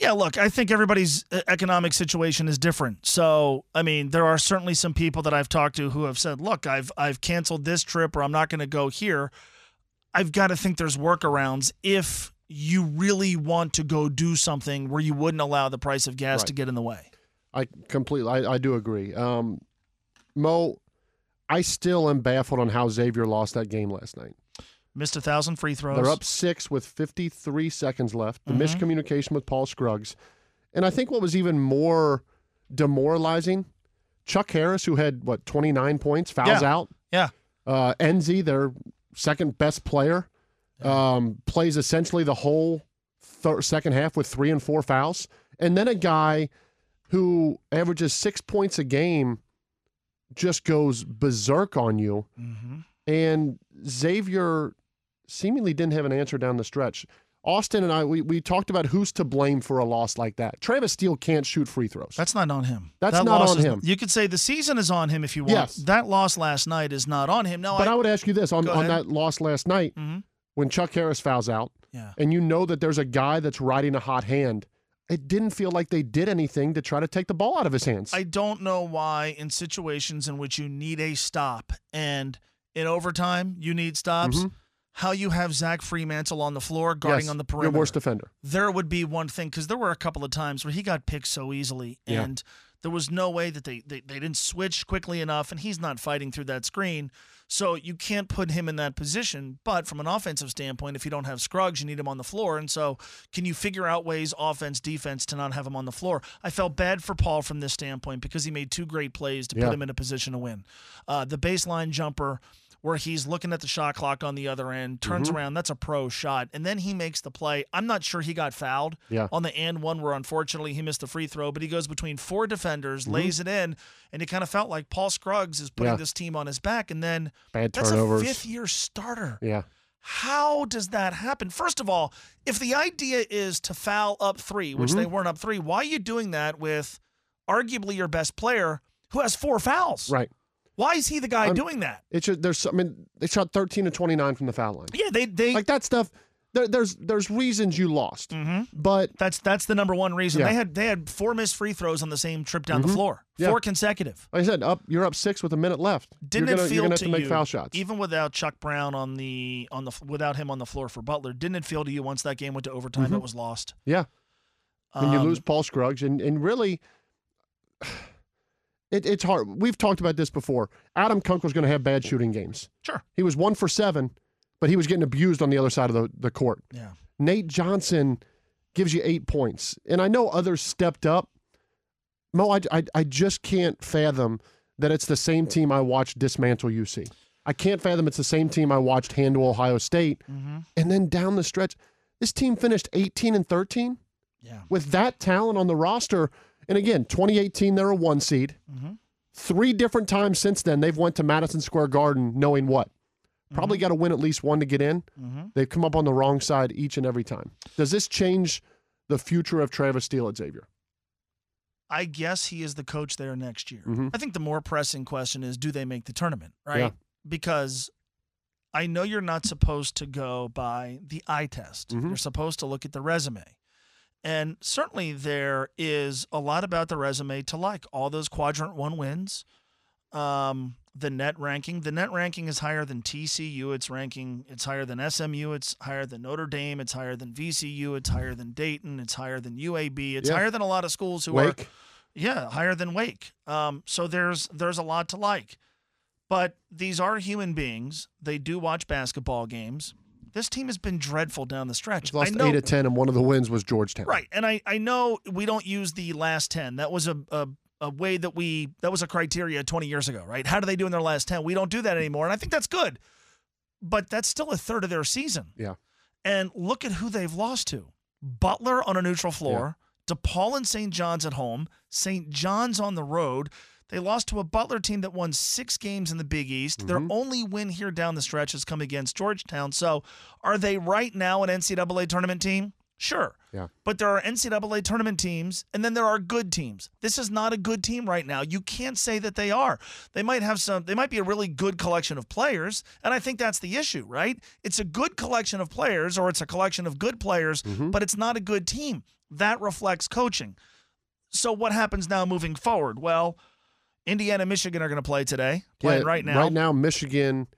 Yeah, look, I think everybody's uh, economic situation is different. So, I mean, there are certainly some people that I've talked to who have said, "Look, I've I've canceled this trip or I'm not going to go here." I've got to think there's workarounds if you really want to go do something where you wouldn't allow the price of gas
Right.
to get in the way.
I completely, I, I do agree. Um, Mo, I still am baffled on how Xavier lost that game last night.
Missed a thousand free throws. Mm-hmm.
They're up six with 53 seconds left. The miscommunication with Paul Scruggs. And I think what was even more demoralizing, Chuck Harris, who had, what, 29 points, fouls
Yeah.
out.
Yeah.
Uh, Enzi, their second best player, um, plays essentially the whole thir- second half with three and four fouls. And then a guy who averages six points a game just goes berserk on you.
Mm-hmm.
And Xavier seemingly didn't have an answer down the stretch. Austin and I, we, we talked about who's to blame for a loss like that. Travis Steele can't shoot free throws.
That's not on him.
That's
That
not
loss
on
is-
him.
You could say the season is on him if you want.
Yes.
That loss last night is not on him. No,
but I,
I,
would ask you this on,
Go
on
ahead. Mm-hmm.
that loss last night when Chuck Harris fouls out,
Yeah.
and you know that there's a guy that's riding a hot hand. It didn't feel like they did anything to try to take the ball out of his hands.
I don't know why in situations in which you need a stop and in overtime you need stops,
Mhm.
how you have Zach Fremantle on the floor guarding
Yes,
on the
Your
perimeter.
worst defender.
There would be one thing because there were a couple of times where he got picked so easily
Yeah.
and There was no way that they, they, they didn't switch quickly enough, and he's not fighting through that screen. So you can't put him in that position. But from an offensive standpoint, if you don't have Scruggs, you need him on the floor. And so can you figure out ways, offense, defense, to not have him on the floor? I felt bad for Paul from this standpoint because he made two great plays to
Yeah.
put him in a position to win. Uh, the baseline jumper where he's looking at the shot clock on the other end, turns
Mhm.
around. That's a pro shot. And then he makes the play. I'm not sure he got fouled
Yeah.
on the and one where unfortunately he missed the free throw, but he goes between four defenders,
Mhm.
lays it in, and it kind of felt like Paul Scruggs is putting
Yeah.
this team on his back. And then
Bad
that's
turnovers.
a fifth year starter.
Yeah.
How does that happen? First of all, if the idea is to foul up three, which
Mhm.
they weren't up three, why are you doing that with arguably your best player who has four fouls?
Right.
Why is he the guy
I'm-
doing that?
It's just there's I mean they shot 13 to 29 from the foul line.
Yeah, they they
like that stuff. There, there's there's reasons you lost, but
Mm-hmm. that's that's the number one reason.
Yeah.
They had they had four missed free throws on the same trip down
Mhm.
the floor,
Yeah.
four consecutive.
Like I said, up you're up six with a minute left.
Didn't
you're gonna,
it feel
you're gonna have to, make
you,
foul shots?
even without Chuck Brown on the on the without him on the floor for Butler? Didn't it feel to you once that game went to overtime,
Mhm.
it was lost?
Yeah. When you
Um,
lose Paul Scruggs, and, and really, it, it's hard. We've talked about this before. Adam Kunkel's going to have bad shooting games.
Sure.
He was one for seven, but he was getting abused on the other side of the, the court.
Yeah.
Nate Johnson gives you eight points. And I know others stepped up. Mo, I, I, I just can't fathom that it's the same team I watched dismantle UC. I can't fathom it's the same team I watched handle Ohio State. And then down the stretch, this team finished 18 and 13
Yeah.
with that talent on the roster. And again, 2018, they're a one seed.
Mm-hmm.
Three different times since then, they've went to Madison Square Garden knowing what? Probably
Mm-hmm.
got to win at least one to get in. They've come up on the wrong side each and every time. Does this change the future of Travis Steele at Xavier?
I guess he is the coach there next year.
Mhm.
I think the more pressing question is do they make the tournament, right?
Yeah.
Because I know you're not supposed to go by the eye test.
Mhm.
You're supposed to look at the resume. And certainly there is a lot about the resume to like. All those quadrant 1 wins, um, the net ranking. The net ranking is higher than TCU. It's ranking. It's higher than SMU. It's higher than Notre Dame. It's higher than VCU. It's higher than Dayton. It's higher than UAB. It's
Yeah.
higher than a lot of schools who
Wake.
are, yeah, higher than Wake. Um, so there's there's a lot to like, but these are human beings. They do watch basketball games. This team has been dreadful down the stretch.
Lost
I know,
eight to ten, and one of the wins was Georgetown.
Right. And I, I know we don't use the last 10. That was a, a, a way that we, that was a criteria 20 years ago, right? How do they do in their last 10? We don't do that anymore. And I think that's good. But that's still a third of their season.
Yeah.
And look at who they've lost to Butler on a neutral floor, DePaul and St. John's at home, St. John's on the road. They lost to a Butler team that won six games in the Big East. Their only win here down the stretch has come against Georgetown. So are they right now an NCAA tournament team? Sure.
Yeah.
But there are NCAA tournament teams, and then there are good teams. This is not a good team right now. You can't say that they are. They might have some, they might be a really good collection of players, and I think that's the issue, right? It's a good collection of players, or it's a collection of good players,
Mm-hmm.
but it's not a good team. That reflects coaching. So what happens now moving forward? Well, Indiana, Michigan are going to play today, playing
Yeah,
right now.
Right now, Michigan,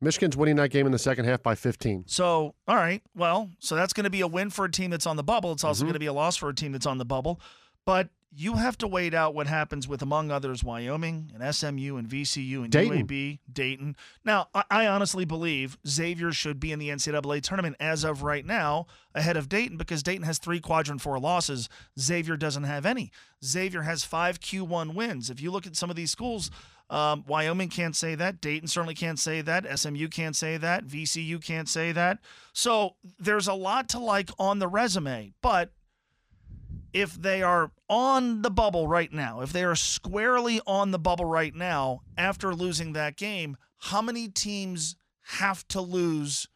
Michigan's winning that game in the second half by 15.
So, all right. Well, so that's going to be a win for a team that's on the bubble. It's also going to be a loss for a team that's on the bubble. But you have to wait out what happens with, among others, Wyoming and SMU and VCU and
Dayton.
UAB, Dayton. Now, I, I honestly believe Xavier should be in the NCAA tournament as of right now, ahead of Dayton, because Dayton has three quadrant four losses. Xavier doesn't have any. Xavier has five Q1 wins. If you look at some of these schools, um, Wyoming can't say that. Dayton certainly can't say that. SMU can't say that. VCU can't say that. So there's a lot to like on the resume, but if they are on the bubble right now, if they are squarely on the bubble right now after losing that game, how many teams have to lose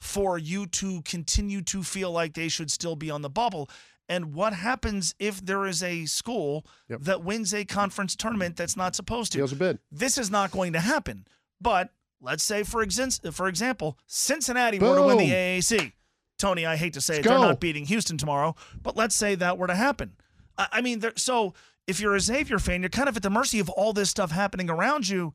for you to continue to feel like they should still be on the bubble? And what happens if there is a school that wins a conference tournament that's not supposed to?
Deals a bid.
This is not going to happen. But let's say, for, exin- for example, Cincinnati were to win the
Boom.
AAC. Tony, I hate to say
Let's
it, they're
go.
not beating Houston tomorrow, but let's say that were to happen. I, I mean, there, so if you're a Xavier fan, you're kind of at the mercy of all this stuff happening around you.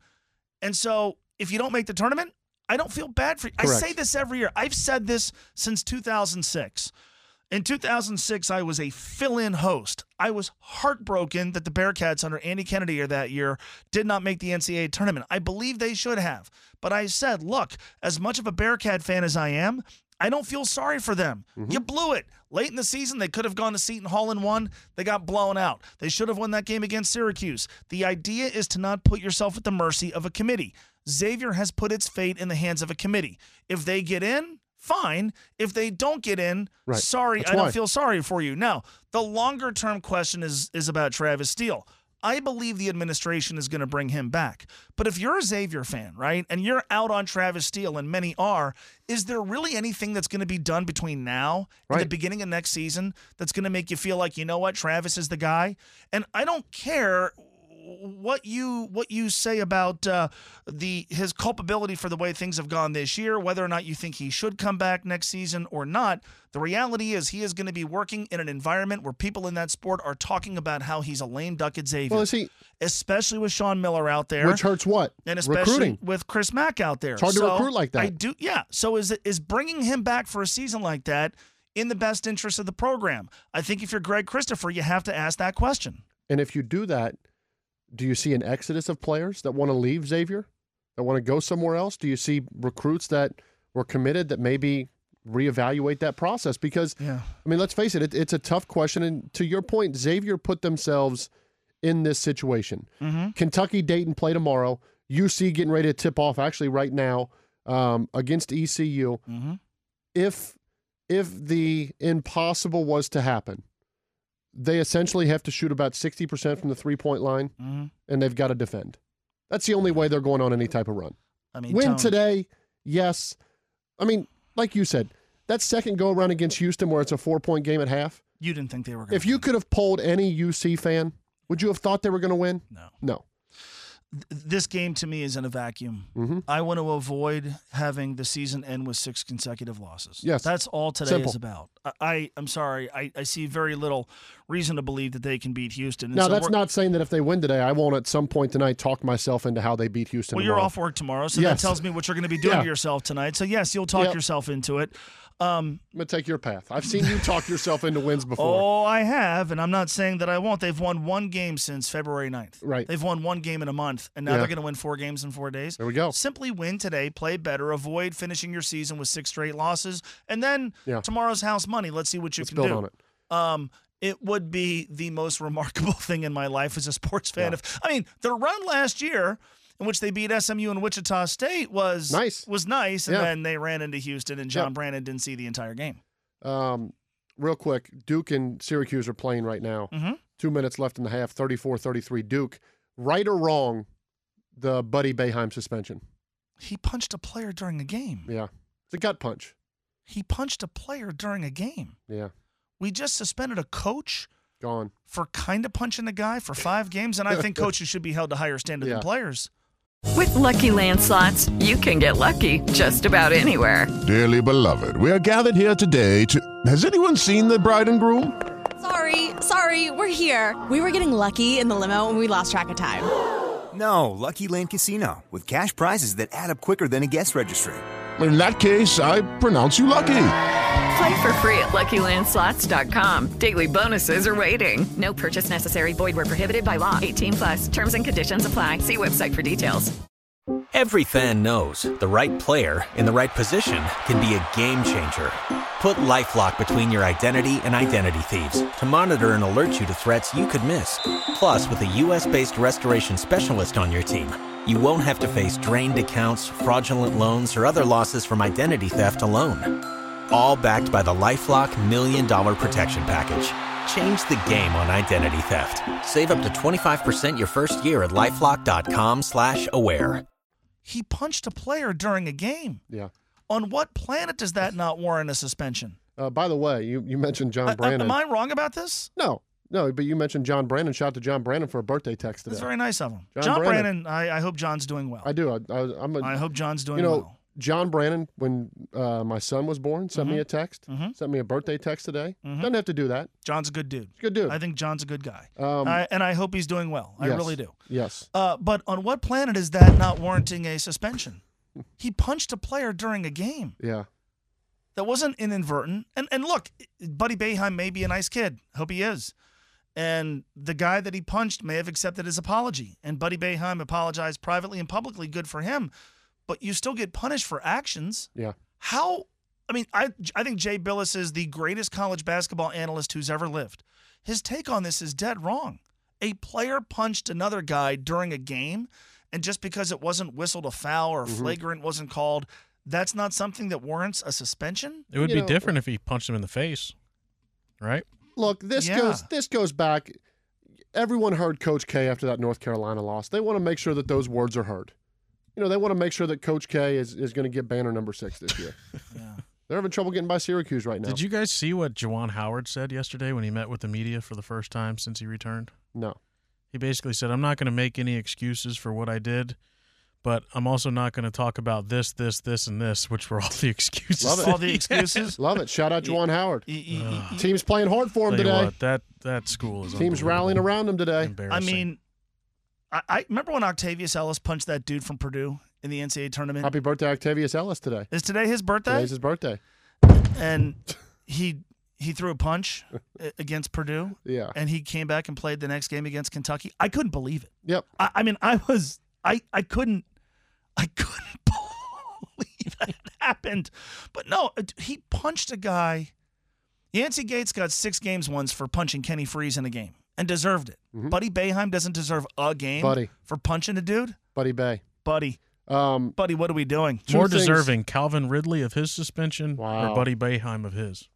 And so if you don't make the tournament, I don't feel bad for you. I
Correct.
say this every year. I've said this since 2006. In 2006, I was a fill in host. I was heartbroken that the Bearcats under Andy Kennedy or that year did not make the NCAA tournament. I believe they should have. But I said, look, as much of a Bearcat fan as I am, I don't feel sorry for them.
Mm-hmm.
You blew it. Late in the season, they could have gone to Seton Hall and won. They got blown out. They should have won that game against Syracuse. The idea is to not put yourself at the mercy of a committee. Xavier has put its fate in the hands of a committee. If they get in, fine. If they don't get in,
Right.
sorry,
That's
I
why.
don't feel sorry for you. Now, the longer term question is is about Travis Steele. I believe the administration is going to bring him back. But if you're a Xavier fan, right, and you're out on Travis Steele, and many are, is there really anything that's going to be done between now and the beginning of next season that's going to make you feel like, you know what, Travis is the guy? And I don't care what you what you say about uh, the his culpability for the way things have gone this year, whether or not you think he should come back next season or not, the reality is he is going to be working in an environment where people in that sport are talking about how he's a lame duck at Xavier.
Well, is he-
especially with Sean Miller out there,
Which hurts what?
and especially
Recruiting.
with Chris Mack out there.
It's hard to
So,
recruit like that.
I do, yeah. So is it is bringing him back for a season like that in the best interest of the program? I think if you're Greg Christopher, you have to ask that question.
And if you do that, do you see an exodus of players that want to leave Xavier, that want to go somewhere else? Do you see recruits that were committed that maybe reevaluate that process? Because, I mean, let's face it, it, it's a tough question. And to your point, Xavier put themselves in this situation.
Mm-hmm.
Kentucky, Dayton play tomorrow. UC getting ready to tip off actually right now um, against ECU.
Mm-hmm.
If if the impossible was to happen, they essentially have to shoot about 60% from the three point line
Mm-hmm.
and they've got to defend. That's the only way they're going on any type of run.
I mean,
win
Tony-
today, yes. I mean, like you said, that second go around against Houston where it's a four point game at half.
You didn't think they were going.
If you could have polled any UC fan, would you have thought they were going to win? No. No.
this game to me is in a vacuum.
Mm-hmm.
I want to avoid having the season end with six consecutive losses.
Yes.
That's all today
Simple.
is about. I, I, I'm sorry. I, I see very little reason to believe that they can beat Houston. And
Now,
so
that's
we're-
not saying that if they win today, I won't at some point tonight talk myself into how they beat Houston.
Well, you're
tomorrow.
off work tomorrow, so
Yes.
that tells me what you're going to be doing
Yeah.
to yourself tonight. So, yes, you'll talk
Yep.
yourself into it. Um,
I'm going to take your path. I've seen you talk yourself into wins before.
Oh, I have, and I'm not saying that I won't. They've won one game since February 9th.
Right.
They've won one game in a month, and now
Yeah.
they're going to win four games in four days.
There we go.
Simply win today, play better, avoid finishing your season with six straight losses, and then
Yeah.
tomorrow's house money. Let's see what you
Let's
can
build
do.
on it.
Um, it would be the most remarkable thing in my life as a sports fan. If I mean, their run last year. In which they beat SMU and Wichita State was
Nice.
was nice, and
Yeah.
then they ran into Houston, and John
Yeah.
Brandon didn't see the entire game.
Um, real quick, Duke and Syracuse are playing right now.
Mm-hmm.
Two minutes left in the half, 34 33 Duke. Right or wrong, the Buddy Bayheim suspension.
He punched a player during a game.
Yeah. It's a gut punch.
He punched a player during a game.
Yeah.
We just suspended a coach
Gone.
for kind of punching a guy for five games, and I think coaches should be held to higher standard
Yeah.
than players.
With Lucky Land slots, you can get lucky just about anywhere.
Dearly beloved, we are gathered here today to. Has anyone seen the bride and groom?
Sorry, sorry, we're here. We were getting lucky in the limo and we lost track of time.
No, Lucky Land Casino, with cash prizes that add up quicker than a guest registry.
In that case, I pronounce you lucky.
Play for free at LuckyLandSlots.com. Daily bonuses are waiting. No purchase necessary. Void were prohibited by law. 18 plus. Terms and conditions apply. See website for details.
Every fan knows the right player in the right position can be a game changer. Put LifeLock between your identity and identity thieves to monitor and alert you to threats you could miss. Plus, with a U.S.-based restoration specialist on your team, you won't have to face drained accounts, fraudulent loans, or other losses from identity theft alone. All backed by the LifeLock Million Dollar Protection Package. Change the game on identity theft. Save up to 25% your first year at LifeLock.com slash aware.
He punched a player during a game.
Yeah.
On what planet does that not warrant a suspension?
Uh, by the way, you, you mentioned John
I- I-
Brandon.
am I wrong about this?
No, no, but you mentioned John Brandon. Shout out to John Brandon for a birthday text today.
That's very nice of him.
John
John,
Brandon.
Brandon, I, I hope John's doing well.
I do. I, I, I'm a,
I hope John's doing
you know,
well.
John Brandon, when uh, my son was born, sent me
Mhm.
a text, sent me a birthday text today. Doesn't have to do that.
Mm-hmm. John's a good dude.
Good dude.
I think John's a good guy.
Um,
I, and I hope he's doing well. I
Yes.
really do.
Yes.
Uh, but on what planet is that not warranting a suspension? He punched a player during a game.
Yeah.
that wasn't inadvertent. And and look, Buddy Bayheim may be a nice kid. Hope he is. And the guy that he punched may have accepted his apology. And Buddy Bayheim apologized privately and publicly. Good for him. But you still get punished for actions.
Yeah.
How? I mean, I I think Jay Billis is the greatest college basketball analyst who's ever lived. His take on this is dead wrong. A player punched another guy during a game, and just because it wasn't whistled a foul or
Mhm.
flagrant wasn't called, that's not something that warrants a suspension.
It would
You
be
know-
different if he punched him in the face, right?
Look, this
Yeah.
goes this goes back. Everyone heard Coach K after that North Carolina loss. They want to make sure that those words are heard. You know, they want to make sure that Coach K is, is going to get banner number six this year. They're having trouble getting by Syracuse right now.
Did you guys see what Jawan Howard said yesterday when he met with the media for the first time since he returned?
No.
He basically said, I'm not going to make any excuses for what I did, but I'm also not going to talk about this, this, this, and this, which were all the excuses.
Love it.
that he
Love it. Shout out Juwan Howard.
y-
Team's playing hard for
had.
him
Tell you
today.
what, that, that school is
Team's
unbelievable.
rallying around him today.
I
Embarrassing.
mean, I, I remember when Octavius Ellis punched that dude from Purdue in the NCAA tournament.
Happy birthday, Octavius Ellis today.
Is today his birthday?
Today's his birthday.
and he he threw a punch a- against Purdue.
Yeah.
and he came back and played the next game against Kentucky. I couldn't believe it.
Yep.
I, I mean, I was I I couldn't I couldn't believe that happened. But no, it- he punched a guy. Yancey Gates got six games once for punching Kenny Freeze in a game and deserved it. Buddy Bayheim doesn't deserve a game
Mm-hmm. Buddy.
for punching a dude.
Buddy Bay.
Buddy,
Um,
buddy, what are we doing?
Two
More
things-
deserving, Calvin Ridley of his suspension
Wow.
or Buddy Bayheim of his.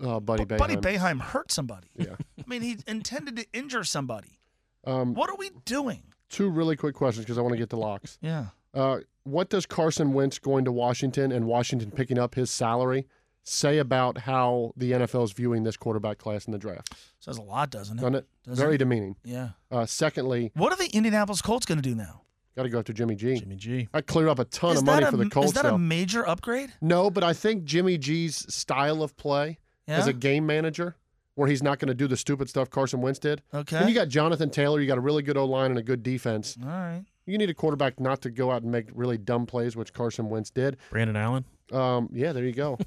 uh, Buddy Bay.
Buddy Bayheim hurt somebody.
Yeah.
I mean, he intended to injure somebody.
Um,
What are we doing?
two really quick questions because I want to get to locks.
Yeah.
Uh, what does Carson Wentz going to Washington and Washington picking up his salary say about how the NFL is viewing this quarterback class in the draft?
Says a lot, doesn't it?
Doesn't it?
Doesn't
Very
it?
demeaning.
Yeah.
Uh, secondly,
What are the Indianapolis Colts going to do now?
got to go after Jimmy G.
Jimmy G.
I cleared up a ton
is
of money
that a,
for the Colts.
Is that
though.
a major upgrade?
No, but I think Jimmy G's style of play as
Yeah?
a game manager, where he's not going to do the stupid stuff Carson Wentz did.
Okay.
And you got Jonathan Taylor, you got a really good O line and a good defense.
All right.
You need a quarterback not to go out and make really dumb plays, which Carson Wentz did.
Brandon Allen.
Um, yeah, there you go.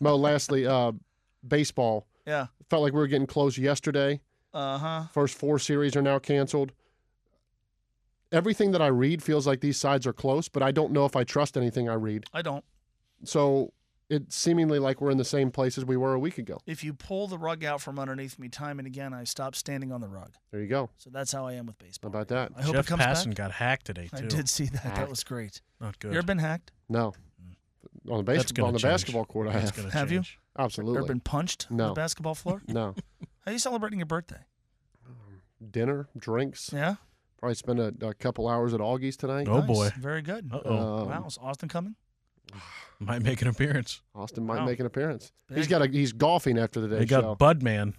Mo, lastly, uh, baseball.
Yeah.
Felt like we were getting close yesterday.
Uh huh.
First four series are now canceled. Everything that I read feels like these sides are close, but I don't know if I trust anything I read.
I don't.
So it's seemingly like we're in the same place as we were a week ago.
If you pull the rug out from underneath me time and again, I stop standing on the rug.
There you go.
So that's how I am with baseball.
How about that?
I hope
Jeff
it comes
Passan
back.
got hacked today,
I
too.
did see that. That
Hacked.
was great.
Not
You
good.
ever been hacked?
No. On the baseball
Hmm. That's gonna
on the
change.
basketball court I
That's
have.
gonna
Have you?
change.
Absolutely.
Ever been punched on
No.
the basketball floor?
No.
How are you celebrating your birthday?
Dinner, drinks.
Yeah.
Probably spend a, a couple hours at Augie's tonight. Um,
Oh,
Nice.
boy.
Very good.
Uh-oh.
Wow. Is Austin coming?
Might make an appearance.
Austin might
Wow.
make an appearance.
Big.
He's got a he's golfing after
They
today's show.
got Budman.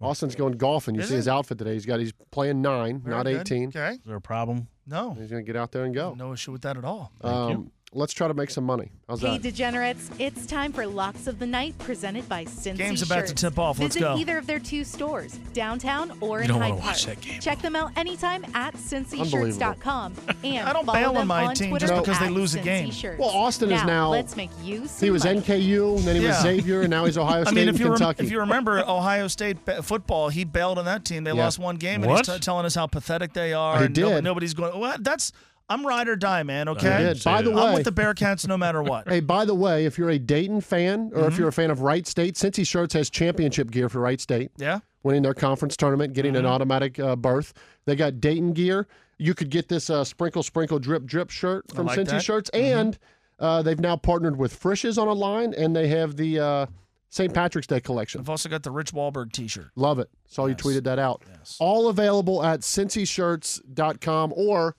Austin's going golfing. You
Is
see his
he?
outfit today. He's got he's playing nine,
Very
not
good.
eighteen.
Okay.
Is there a problem?
No.
He's gonna get out there and go.
No issue with that at all.
Thank you.
Um, let's try to make some money. How's
Hey,
that?
degenerates! It's time for Locks of the Night, presented by Cincy
Game's about to
Shirts.
tip off. Let's
Visit
go.
either of their two stores, downtown or
You
in
don't
Hyde
wanna watch
Park.
that game.
Check them out anytime at CincyShirts.com and
I don't
follow
bail on
them
my
on
team
Twitter
just because they
at
lose a
Cincy
game.
Shirts.
Well, Austin is now-
Let's make you. Some
He was
money.
NKU, and then he was
Yeah.
Xavier, and now he's Ohio
I
State
mean,
and
if you, rem-
Kentucky.
if you remember Ohio State ba- football, he bailed on that team. They
Yeah.
lost one game, and he's
What?
t- telling us how pathetic they are.
He
and no-
did.
nobody's going. Well, that's I'm ride or die, man. Okay.
He did. By the
I'm
way,
with the Bearcats no matter what. Mm-hmm.
Hey, by the way, if you're a Dayton fan or if you're a fan of Wright State, Cincy Shirts has championship gear for Wright State,
Yeah. Mm-hmm.
winning their conference tournament, getting an automatic uh, berth. They got Dayton gear. You could get this uh, sprinkle, sprinkle, drip, drip shirt from
like
Cincy
that. Mm-hmm.
Shirts. And uh, they've now partnered with Frisch's on a line, and they have the uh, St. Patrick's Day collection.
I've also got the Rich Wahlberg T-shirt.
Love it. Saw
Yes.
you tweeted that out.
Yes.
All available at cincyshirts.com or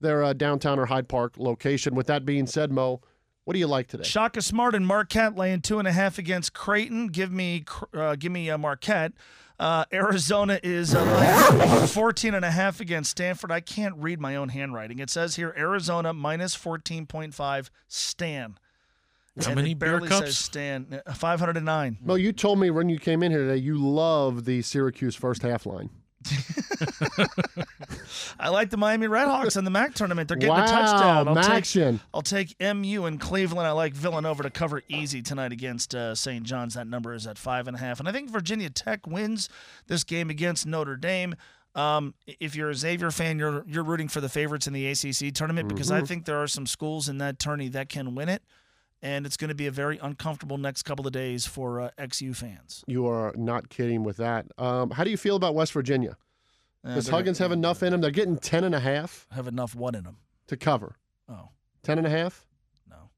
their uh, downtown or Hyde Park location. With that being said, Mo, what do you like today?
Shaka Smart and Marquette laying two and a half against Creighton. Give me, Cr- uh, give me uh, Marquette. Uh, Arizona is uh, laying 14 and a half against Stanford. I can't read my own handwriting. It says here Arizona minus 14.5. Stan.
How
And
many
it
beer
barely
cups?
says Stan. Uh, 509.
Mo, you told me when you came in here today you love the Syracuse first half line.
I like the Miami Redhawks in the MAC tournament. They're getting
wow,
a touchdown. I'll
Maxion.
take, I'll take MU and Cleveland. I like Villanova to cover easy tonight against uh, St. John's. That number is at five and a half. And I think Virginia Tech wins this game against Notre Dame. Um, if you're a Xavier fan, you're you're rooting for the favorites in the ACC tournament because I
Mhm.
think there are some schools in that tourney that can win it, and it's going to be a very uncomfortable next couple of days for uh, XU fans.
You are not kidding with that. Um, how do you feel about West Virginia?
Uh,
Does
they're gonna-
Huggins have enough in him? They're getting 10 and a half
Have enough what in them?
to cover.
Oh.
10 and a half?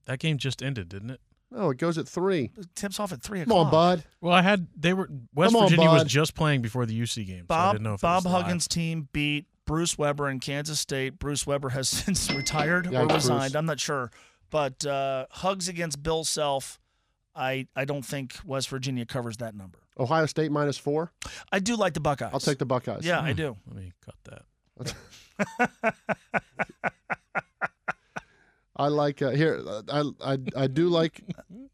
That game just ended, didn't it?
No, it goes at three.
Tips off at three
Come on,
o'clock.
bud.
Well, I had they were West
Come on,
Virginia was
bud.
just playing before the UC game. so I
Bob
didn't know if it
Bob
was live.
Huggins' team beat Bruce Weber in Kansas State. Bruce Weber has since retired
Yeah,
or
Bruce.
resigned. I'm not sure, but uh, Hugs against Bill Self. I, I don't think West Virginia covers that number.
Ohio State minus four.
I do like the Buckeyes.
I'll take the Buckeyes. Mm.
Yeah, I do.
Let me cut that.
I like uh, here. uh, I, I I do like.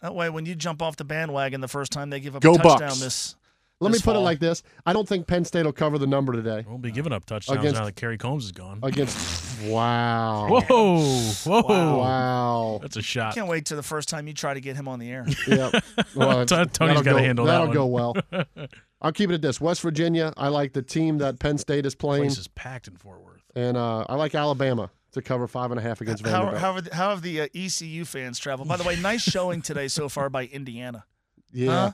That way, when you jump off the bandwagon the first time they give up
Go
a touchdown,
Bucks.
this
Let me
this
put it
fall.
like this. I don't think Penn State will cover the number today.
Won't be giving up touchdowns
Against-
now that Kerry Combs is gone.
Against wow.
Whoa, whoa,
Wow. Wow.
That's a shot.
Can't wait till the first time you try to get him on the air.
Yep. Well,
Tony's
that'll
gotta
go-
handle that
That'll
one.
go well. I'm keeping it this. West Virginia. I like the team that Penn State is playing,
Place is packed in Fort Worth.
and uh, I like Alabama to cover five and a half against
How,
Vanderbilt.
how, have, how have the uh, ECU fans traveled? By the way, nice showing today so far by Indiana.
yeah.
Huh?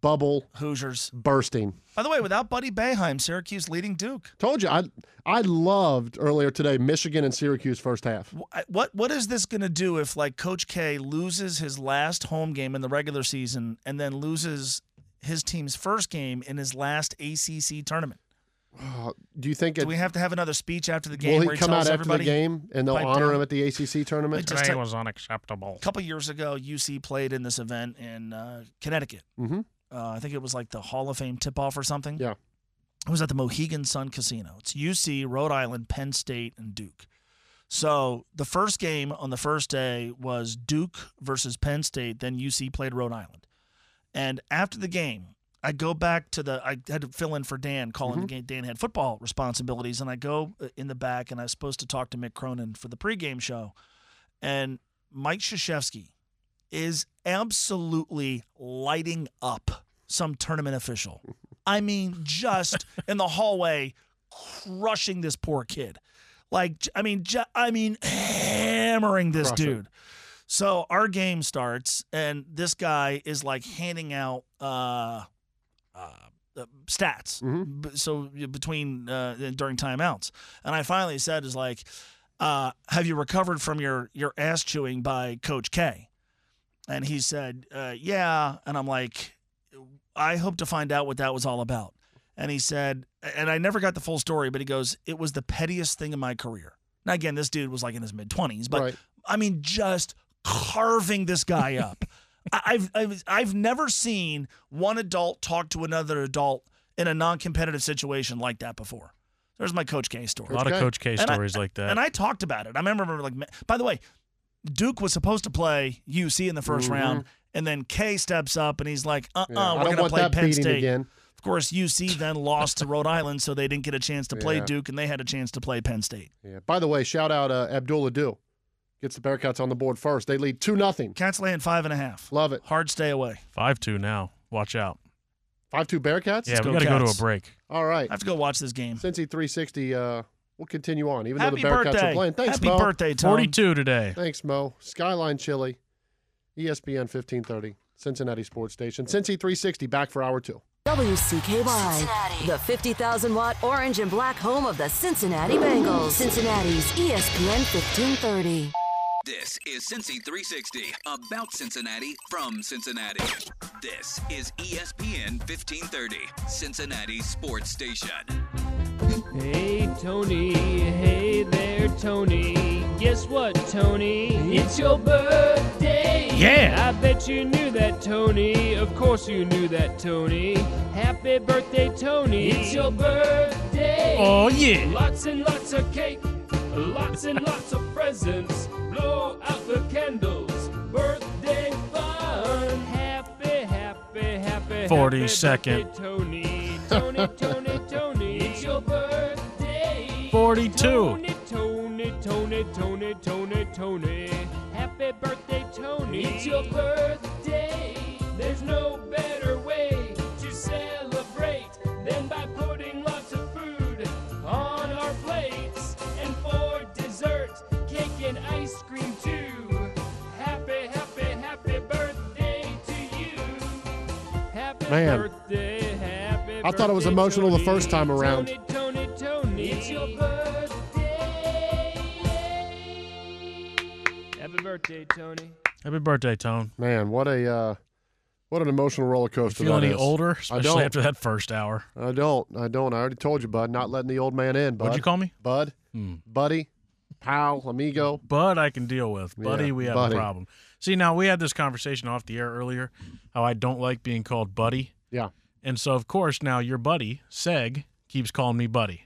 Bubble
Hoosiers
bursting.
By the way, without Buddy Bayheim, Syracuse leading Duke.
Told you. I I loved earlier today Michigan and Syracuse first half.
Wh- I- What what is this going to do if like Coach K loses his last home game in the regular season and then loses his team's first game in his last ACC tournament?
Uh, do you think
Do
it,
we have to have another speech after the game
will
where
he
he
come
tells
out after the
everybody?
game and they'll
pipe
honor
down?
him at the ACC tournament?
It just Today took-
was unacceptable.
A couple years ago, UC played in this event in uh, Connecticut.
Mm-hmm.
Uh, I think it was like the Hall of Fame tip off or something.
Yeah.
It was at the Mohegan Sun Casino. It's UC, Rhode Island, Penn State, and Duke. So the first game on the first day was Duke versus Penn State. Then UC played Rhode Island. And after the game, I go back to the. I had to fill in for Dan
Mm-hmm.
calling the game. Dan had football responsibilities, and I go uh, in the back, and I was supposed to talk to Mick Cronin for the pregame show, and Mike Krzyzewski is absolutely lighting up some tournament official. I mean, just in the hallway, crushing this poor kid. Like, j- I mean, ju- I mean, hammering this
Crush it.
dude. So our game starts, and this guy is like handing out uh, uh, uh, stats.
Mm-hmm.
B- So y- between uh, during timeouts, and I finally said, "Is like, uh, have you recovered from your your ass chewing by Coach K?" And he said, uh, "Yeah." And I'm like, "I hope to find out what that was all about." And he said, and I never got the full story, but he goes, "It was the pettiest thing in my career." Now again, this dude was like in his mid twenties, but
Right.
I mean, just carving this guy up. I- I've, I've I've never seen one adult talk to another adult in a non-competitive situation like that before. There's my Coach K story.
A lot of Coach K
And I-
stories like that.
and I talked about it. I remember, like, ma- by the way, Duke was supposed to play UC in the 1st
Mhm.
round, and then K steps up and he's like, "Uh, uh-uh,
Yeah. I
we're
don't
going to
want
play
that
Penn
beating
State."
again.
Of course, UC then lost to Rhode Island, so they didn't get a chance to play
Yeah.
Duke, and they had a chance to play Penn State.
Yeah. By the way, shout out uh, Abdullah Do. Gets the Bearcats on the board first. They lead 2 nothing.
Cats laying five and a half.
Love it.
Hard stay away.
Five two now. Watch out.
5 2 Bearcats?
yeah, we got to go to a break.
All right.
I have to go watch this game.
Cincy 360, uh, we'll continue on, even
Happy
though the Bearcats
birthday.
are playing. Thanks,
Happy
Mo.
birthday, Tom. 42
today.
Thanks, Mo. Skyline Chili, E ESPN 1530, Cincinnati Sports Station. Cincy 360, back for hour two.
WCKY, the 50,000 watt orange and black home of the Cincinnati Bengals. Cincinnati's E ESPN 1530.
This is Cincy 360, about Cincinnati from Cincinnati. This is E ESPN 1530, Cincinnati Sports Station.
Hey, Tony. Hey there, Tony. Guess what, Tony? It's your birthday.
Yeah.
I bet you knew that, Tony. Of course you knew that, Tony. Happy birthday, Tony. It's your birthday.
Oh, yeah.
Lots and lots of cake. Lots and lots of presents. Blow out the candles. Birthday fun. Happy, happy, happy.
40
happy
second.
birthday, Tony. Tony, Tony, Tony. It's your birthday.
42.
Tony, Tony, Tony, Tony, Tony, Tony. Happy birthday, Tony. It's your birthday. There's no better way to celebrate than by putting lots of food on our plates. And for dessert, cake and ice cream too. Happy, happy, happy birthday to you. Happy
Man,
birthday, happy
I thought it was emotional the first time around.
Tony, Tony, Tony. It's your birthday. Happy birthday, Tony.
Happy birthday, Tone.
Man, what a uh, what an emotional roller coaster.
Feel
that
any
is.
older,
I
especially
don't.
after that first hour?
I don't. I don't. I already told you, bud. Not letting the old man in. Bud.
What'd you call me?
Bud,
Hmm.
buddy, pal, amigo.
Bud, I can deal with. Buddy,
Yeah,
we have
buddy.
a problem. See, now we had this conversation off the air earlier how I don't like being called buddy.
Yeah.
And so, of course, now your buddy, Seg, keeps calling me buddy.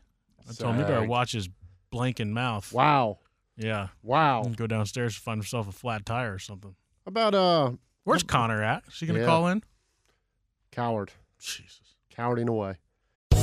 I told him he better
Seg.
watch his blanking mouth.
Wow.
Yeah.
Wow.
And go downstairs and find himself a flat tire or something.
About uh,
Where's Connor at? Is he going to
Yeah.
call in?
coward.
Jesus,
cowarding away.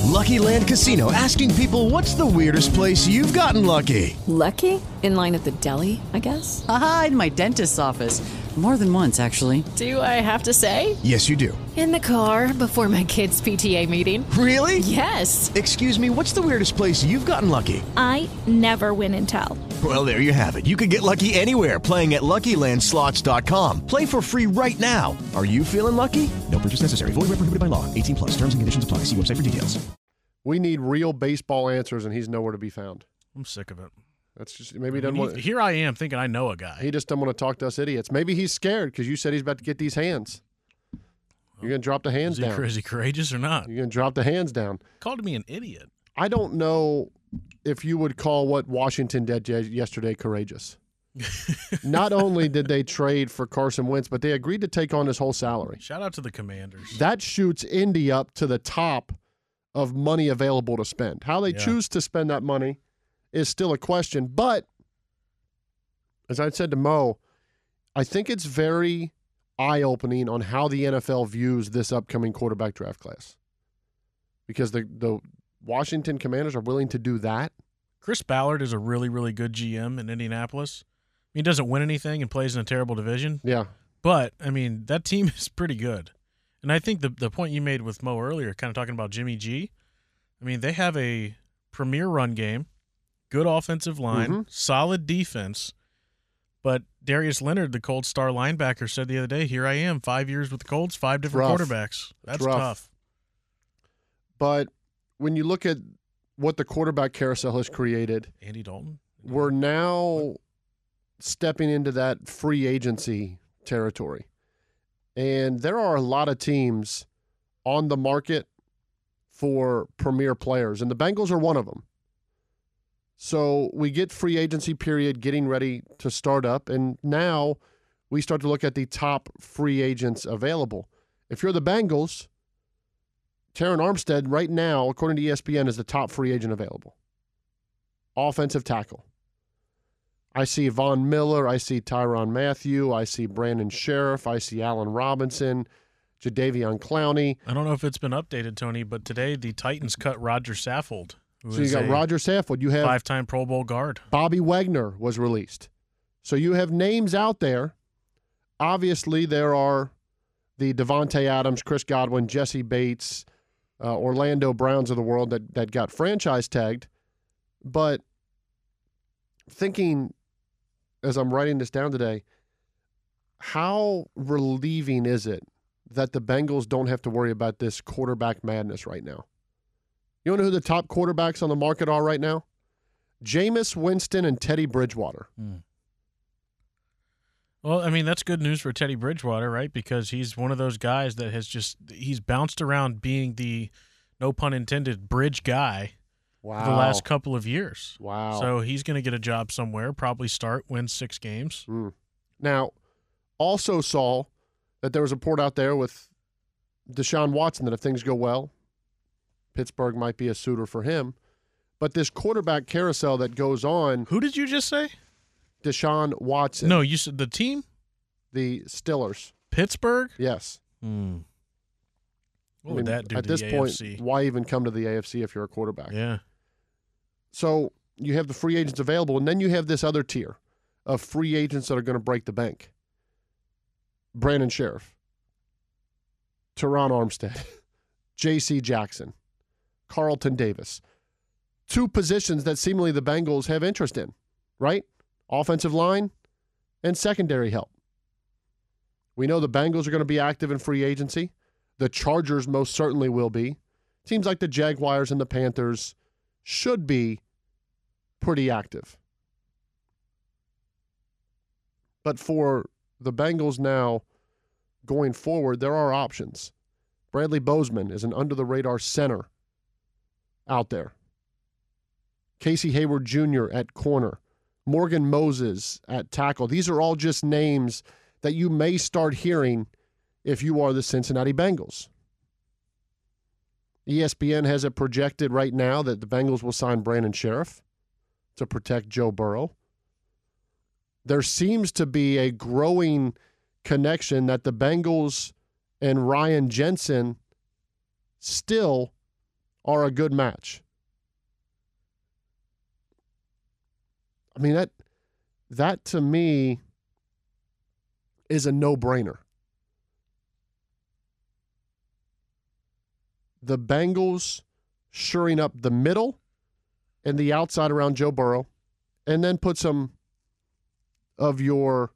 Lucky Land Casino asking people what's the weirdest place you've gotten lucky?
Lucky? In line at the deli, I guess?
Aha, in my dentist's office. More than once, actually.
Do I have to say?
Yes, you do.
In the car before my kids' PTA meeting.
Really?
Yes.
Excuse me, what's the weirdest place you've gotten lucky?
I never win and tell.
Well, there you have it. You can get lucky anywhere playing at LuckyLandSlots.com. Play for free right now. Are you feeling lucky? No purchase necessary. Void where prohibited by law. 18 plus. Terms and conditions apply. See website for details.
We need real baseball answers, and he's nowhere to be found.
I'm sick of it.
That's just maybe he
I
doesn't
mean,
want.
he- here I am thinking I know a guy.
He just doesn't want to talk to us idiots. Maybe he's scared because you said he's about to get these hands. You're gonna drop the hands
Is he,
down.
is he courageous or not?
You're gonna drop the hands down.
Called me an idiot.
I don't know if you would call what Washington did ye- yesterday courageous. Not only did they trade for Carson Wentz, but they agreed to take on his whole salary.
Shout out to the commanders.
That shoots Indy up to the top of money available to spend. How they
Yeah.
choose to spend that money is still a question. But as I said to Mo, I think it's very eye opening on how the NFL views this upcoming quarterback draft class. Because the, the Washington Commanders are willing to do that.
Chris Ballard is a really, really good GM in Indianapolis. He doesn't win anything and plays in a terrible division,
Yeah.
but I mean that team is pretty good. And I think the the point you made with Mo earlier, kind of talking about Jimmy G, I mean they have a premier run game, good offensive line,
Mhm.
solid defense. But Darius Leonard, the Colts star linebacker, said the other day, "Here I am, five years with the Colts, five different
rough.
quarterbacks.
It's
That's
rough.
tough."
But when you look at what the quarterback carousel has created,
Andy Dalton,
we're now stepping into that free agency territory. And there are a lot of teams on the market for premier players, and the Bengals are one of them. So we get free agency period getting ready to start up, and now we start to look at the top free agents available. If you're the Bengals, Taron Armstead right now, according to E ESPN, is the top free agent available. Offensive tackle. I see Von Miller. I see Tyron Matthew. I see Brandon Sheriff. I see Allen Robinson, Jadavion Clowney.
I don't know if it's been updated, Tony, but today the Titans cut Roger Saffold. who
So you
is
got
a
Roger Saffold. You have
five-time Pro Bowl guard.
Bobby Wagner was released. So you have names out there. Obviously, there are the Devonte Adams, Chris Godwin, Jesse Bates, uh, Orlando Browns of the world that that got franchise tagged. But thinking as I'm writing this down today, how relieving is it that the Bengals don't have to worry about this quarterback madness right now? You know who the top quarterbacks on the market are right now? Jameis Winston and Teddy Bridgewater.
Hmm. Well, I mean, that's good news for Teddy Bridgewater, right? Because he's one of those guys that has just he's bounced around being the no pun intended bridge guy for the last couple of years.
Wow.
So he's going to get a job somewhere, probably start, win 6 games.
Hmm. Now, also saw that there was a report out there with Deshaun Watson that if things go well, Pittsburgh might be a suitor for him. But this quarterback carousel that goes on.
Who did you just say?
Deshaun Watson.
No, you said the team?
The Stillers.
Pittsburgh?
Yes.
Hmm. What would that do
at
to
this
the
point,
AFC?
why even come to the AFC if you're a quarterback?
Yeah.
So you have the free agents available, and then you have this other tier of free agents that are going to break the bank. Brandon Sheriff, Teron Armstead, J.C. Jackson, Carlton Davis. Two positions that seemingly the Bengals have interest in, right? Offensive line and secondary help. We know the Bengals are going to be active in free agency. The Chargers most certainly will be. Teams like the Jaguars and the Panthers should be pretty active. But for the Bengals now going forward, there are options. Bradley Bozeman is an under the radar center out there. Casey Hayward Jr. at corner. Morgan Moses at tackle. These are all just names that you may start hearing if you are the Cincinnati Bengals. E ESPN has it projected right now that the Bengals will sign Brandon Sheriff to protect Joe Burrow. There seems to be a growing connection that the Bengals and Ryan Jensen still are a good match. I mean that that to me is a no-brainer. The Bengals shoring up the middle and the outside around Joe Burrow, and then put some of your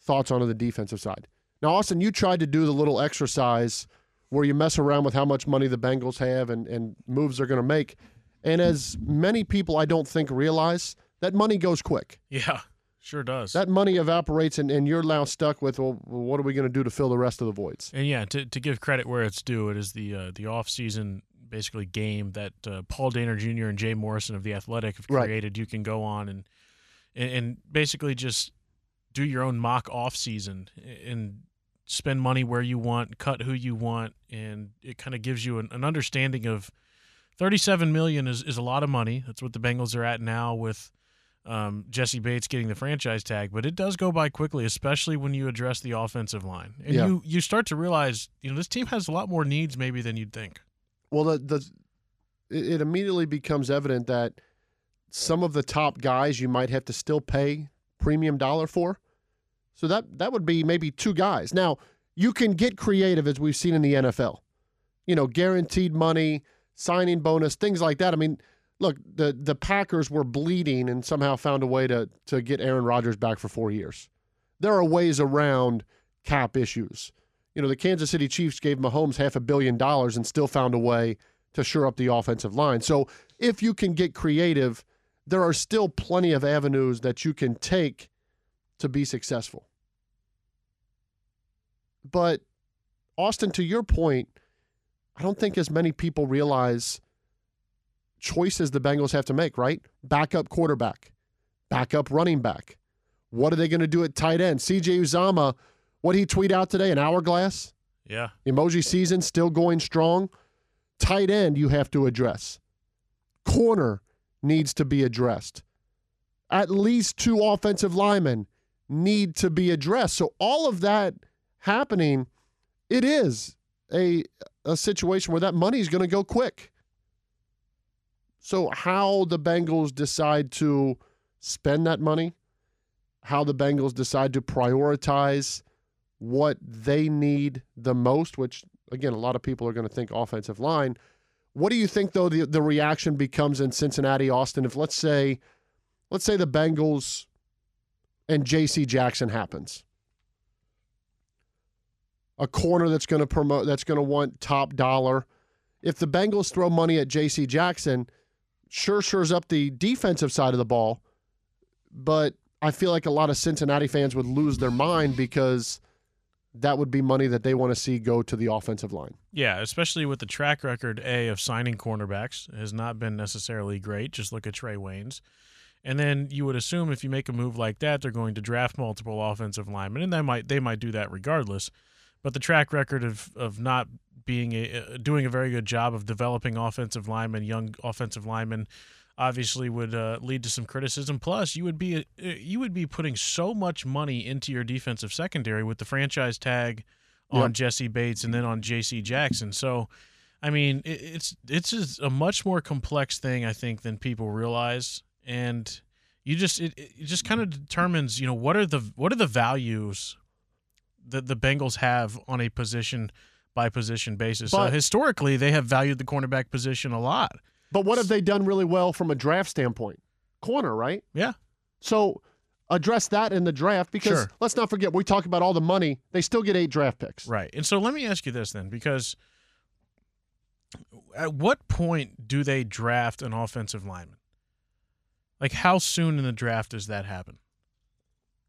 thoughts onto the defensive side. Now, Austin, you tried to do the little exercise where you mess around with how much money the Bengals have and, and moves they're going to make. And as many people I don't think realize, that money goes quick.
Yeah, sure does.
That money evaporates, and, and you're now stuck with, well, what are we going to do to fill the rest of the voids?
And yeah, to, to give credit where it's due, it is the uh, the off season basically game that uh, Paul Danner Jr. and Jay Morrison of the Athletic have
Right.
created. You can go on and, and and basically just do your own mock off season and spend money where you want, cut who you want, and it kind of gives you an, an understanding of. 37 million is, is a lot of money. That's what the Bengals are at now with um, Jesse Bates getting the franchise tag, but it does go by quickly, especially when you address the offensive line. And
Yeah.
you, you start to realize, you know, this team has a lot more needs maybe than you'd think.
Well, the, the it it immediately becomes evident that some of the top guys you might have to still pay premium dollar for. So that that would be maybe two guys. Now you can get creative as we've seen in the NFL. You know, guaranteed money, signing bonus, things like that. I mean, look, the the Packers were bleeding and somehow found a way to to get Aaron Rodgers back for four years. There are ways around cap issues. You know, the Kansas City Chiefs gave Mahomes half a billion dollars and still found a way to shore up the offensive line. So if you can get creative, there are still plenty of avenues that you can take to be successful. But Austin, to your point, I don't think as many people realize choices the Bengals have to make, right? Backup quarterback, backup running back. What are they going to do at tight end? CJ Uzama, what did he tweet out today? An hourglass?
Yeah.
Emoji season still going strong. Tight end you have to address. Corner needs to be addressed. At least two offensive linemen need to be addressed. So all of that happening, it is a a situation where that money is going to go quick. So how the Bengals decide to spend that money, how the Bengals decide to prioritize what they need the most, which again, a lot of people are going to think offensive line. What do you think though the, the reaction becomes in Cincinnati, Austin, if let's say let's say the Bengals and JC Jackson happens? A corner that's going to promote that's going to want top dollar. If the Bengals throw money at JC Jackson, sure shores up the defensive side of the ball, but I feel like a lot of Cincinnati fans would lose their mind because that would be money that they want to see go to the offensive line.
Yeah, especially with the track record A of signing cornerbacks has not been necessarily great. Just look at Trey Wayne's. And then you would assume if you make a move like that, they're going to draft multiple offensive linemen, and they might they might do that regardless. But the track record of of not being a, uh, doing a very good job of developing offensive linemen, young offensive linemen, obviously would uh, lead to some criticism. Plus, you would be uh, you would be putting so much money into your defensive secondary with the franchise tag on
Yep.
Jesse Bates and then on J.C. Jackson. So, I mean, it, it's it's just a much more complex thing I think than people realize, and you just it, it just kind of determines you know what are the what are the values that the Bengals have on a position by position basis. so
But-
historically, they have valued the cornerback position a lot.
But what have they done really well from a draft standpoint? Corner, right?
Yeah.
So address that in the draft because
Sure.
let's not forget we talk about all the money. They still get eight draft picks.
Right. And so let me ask you this then, because at what point do they draft an offensive lineman? Like, how soon in the draft does that happen?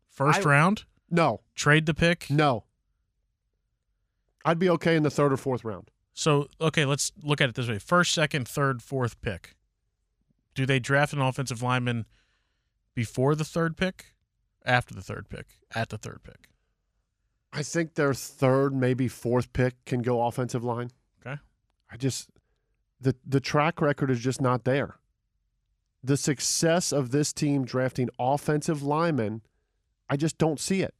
First
I-
round?
No.
Trade the pick?
No. I'd be okay in the third or fourth round.
So, okay, let's look at it this way first, second, third, fourth pick. Do they draft an offensive lineman before the third pick, after the third pick, at the third pick?
I think their third, maybe fourth pick can go offensive line.
Okay.
I just the the track record is just not there. The success of this team drafting offensive linemen, I just don't see it.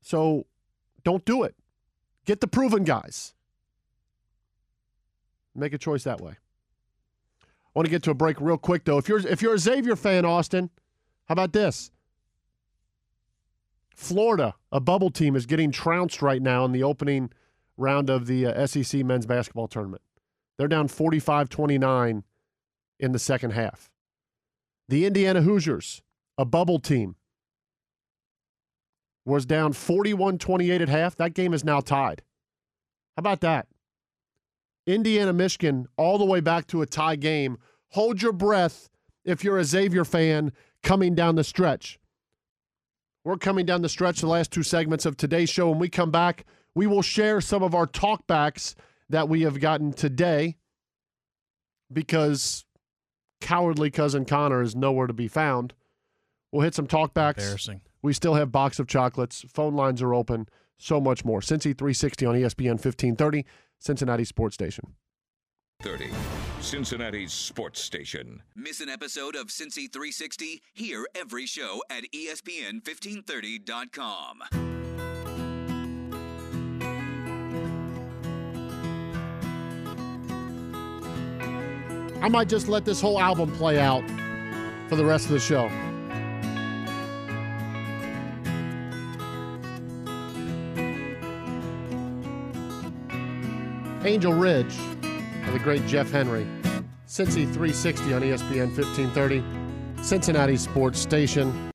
So don't do it. Get the proven guys. Make a choice that way. I want to get to a break real quick though. If you're if you're a Xavier fan, Austin, how about this? Florida, a bubble team, is getting trounced right now in the opening round of the uh, SEC men's basketball tournament. They're down 45 29 in the second half. The Indiana Hoosiers, a bubble team, was down 41 28 at half. That game is now tied. How about that? Indiana, Michigan, all the way back to a tie game. Hold your breath if you're a Xavier fan coming down the stretch. We're coming down the stretch, the last two segments of today's show. When we come back, we will share some of our talkbacks that we have gotten today because cowardly cousin Connor is nowhere to be found. We'll hit some talkbacks.
Embarrassing.
We still have box of chocolates. Phone lines are open. So much more. Cincy 360 on E ESPN 1530, Cincinnati Sports Station.
30, Cincinnati's sports station.
Miss an episode of Cincy 360? Hear every show at E ESPN1530.com.
I might just let this whole album play out for the rest of the show. Angel Ridge by the great Jeff Henry. Cincy 360 on E ESPN 1530, Cincinnati Sports Station.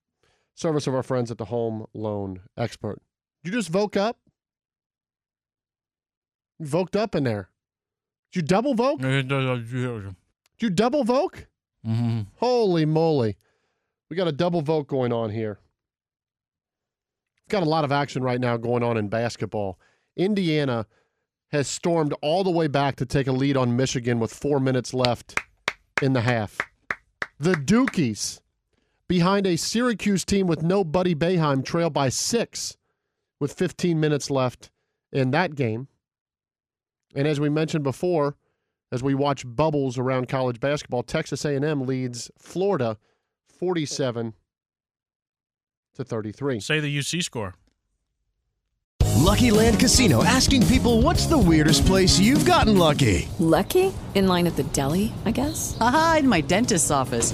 Service of our friends at the Home Loan Expert. You just voke up? You voked up in there. Did you double voke? Did you double voke?
Mm-hmm.
Holy moly. We got a double vote going on here. Got a lot of action right now going on in basketball. Indiana has stormed all the way back to take a lead on Michigan with four minutes left in the half. The Dukies, behind a Syracuse team with no Buddy Bayheim, trail by six with 15 minutes left in that game. And as we mentioned before, as we watch bubbles around college basketball, Texas A&M leads Florida 47 to 33.
Say the UC score.
Lucky Land Casino asking people what's the weirdest place you've gotten lucky?
Lucky? In line at the deli, I guess? Aha, in my dentist's office.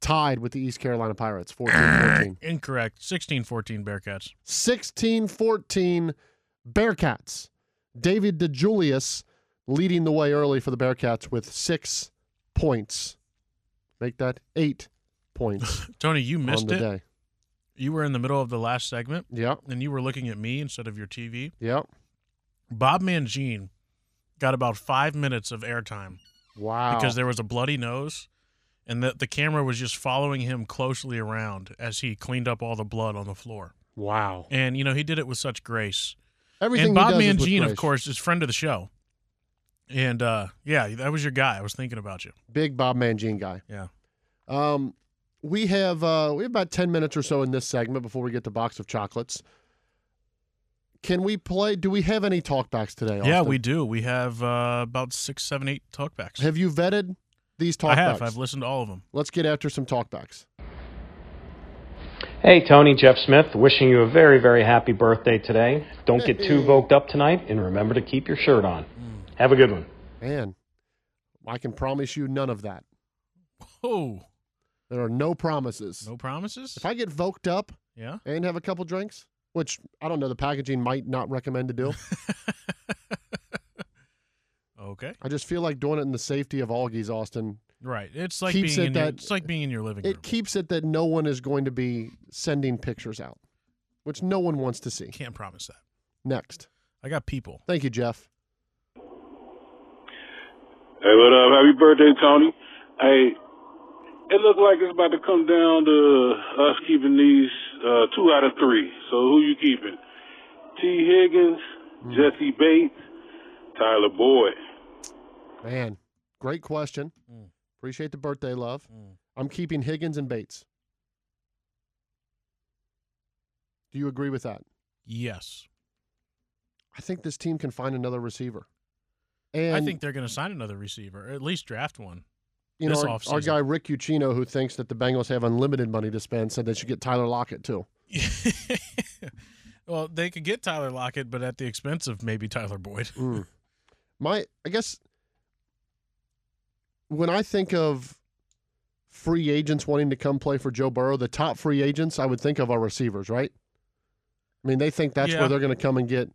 tied with the East Carolina Pirates 14-14.
Incorrect. 16 14 Bearcats.
16-14 Bearcats. David DeJulius leading the way early for the Bearcats with 6 points. Make that 8 points.
Tony, you
on
missed
the
it.
day.
You were in the middle of the last segment.
Yeah.
And you were looking at me instead of your TV.
Yep.
Bob Mangine got about five minutes of airtime
Wow.
because there was a bloody nose, and the, the camera was just following him closely around as he cleaned up all the blood on the floor.
Wow.
And you know he did it with such grace.
Everything he
and Bob
does is with
Mangine,
grace.
of course, is friend of the show. And uh, yeah, that was your guy. I was thinking about you.
Big Bob Mangine guy.
Yeah.
Um, we have uh, we have about ten minutes or so in this segment before we get the box of chocolates. Can we play? Do we have any talkbacks today?
Yeah,
Austin?
we do. We have uh, about six, seven, eight talkbacks.
Have you vetted these talkbacks?
I have. I've listened to all of them.
Let's get after some talkbacks.
Hey, Tony, Jeff Smith, wishing you a very, very happy birthday today. Don't get too voked up tonight, and remember to keep your shirt on. Have a good one.
Man, I can promise you none of that.
Oh,
there are no promises.
No promises.
If I get voked up,
Yeah.
and have a couple drinks, which I don't know, the packaging might not recommend to do.
Okay.
I just feel like doing it in the safety of Augie's, Austin.
Right. It's like
Keeps
being
it
in your,
that-
it's like being in your living room.
It keeps it that no one is going to be sending pictures out, which no one wants to see.
Can't promise that.
Next.
I got people.
Thank you, Jeff.
Hey, what up? Happy birthday, Tony. Hey, it looks like it's about to come down to us keeping these uh, two out of three. So who you keeping? T. Higgins, Jesse Bates, Tyler Boyd.
Man, great question.
Mm.
Appreciate the birthday love. I'm keeping Higgins and Bates. Do you agree with that?
Yes.
I think this team can find another receiver.
I
And
think they're going to sign another receiver, or at least draft one.
you
this
know, our, our
offseason.
guy Rick Uccino, who thinks that the Bengals have unlimited money to spend, said they should get Tyler Lockett too.
Well, they could get Tyler Lockett, but at the expense of maybe Tyler Boyd.
Mm. My, I guess, when I think of free agents wanting to come play for Joe Burrow, the top free agents I would think of are receivers, right? I mean, they think that's
Yeah.
where they're going to come and get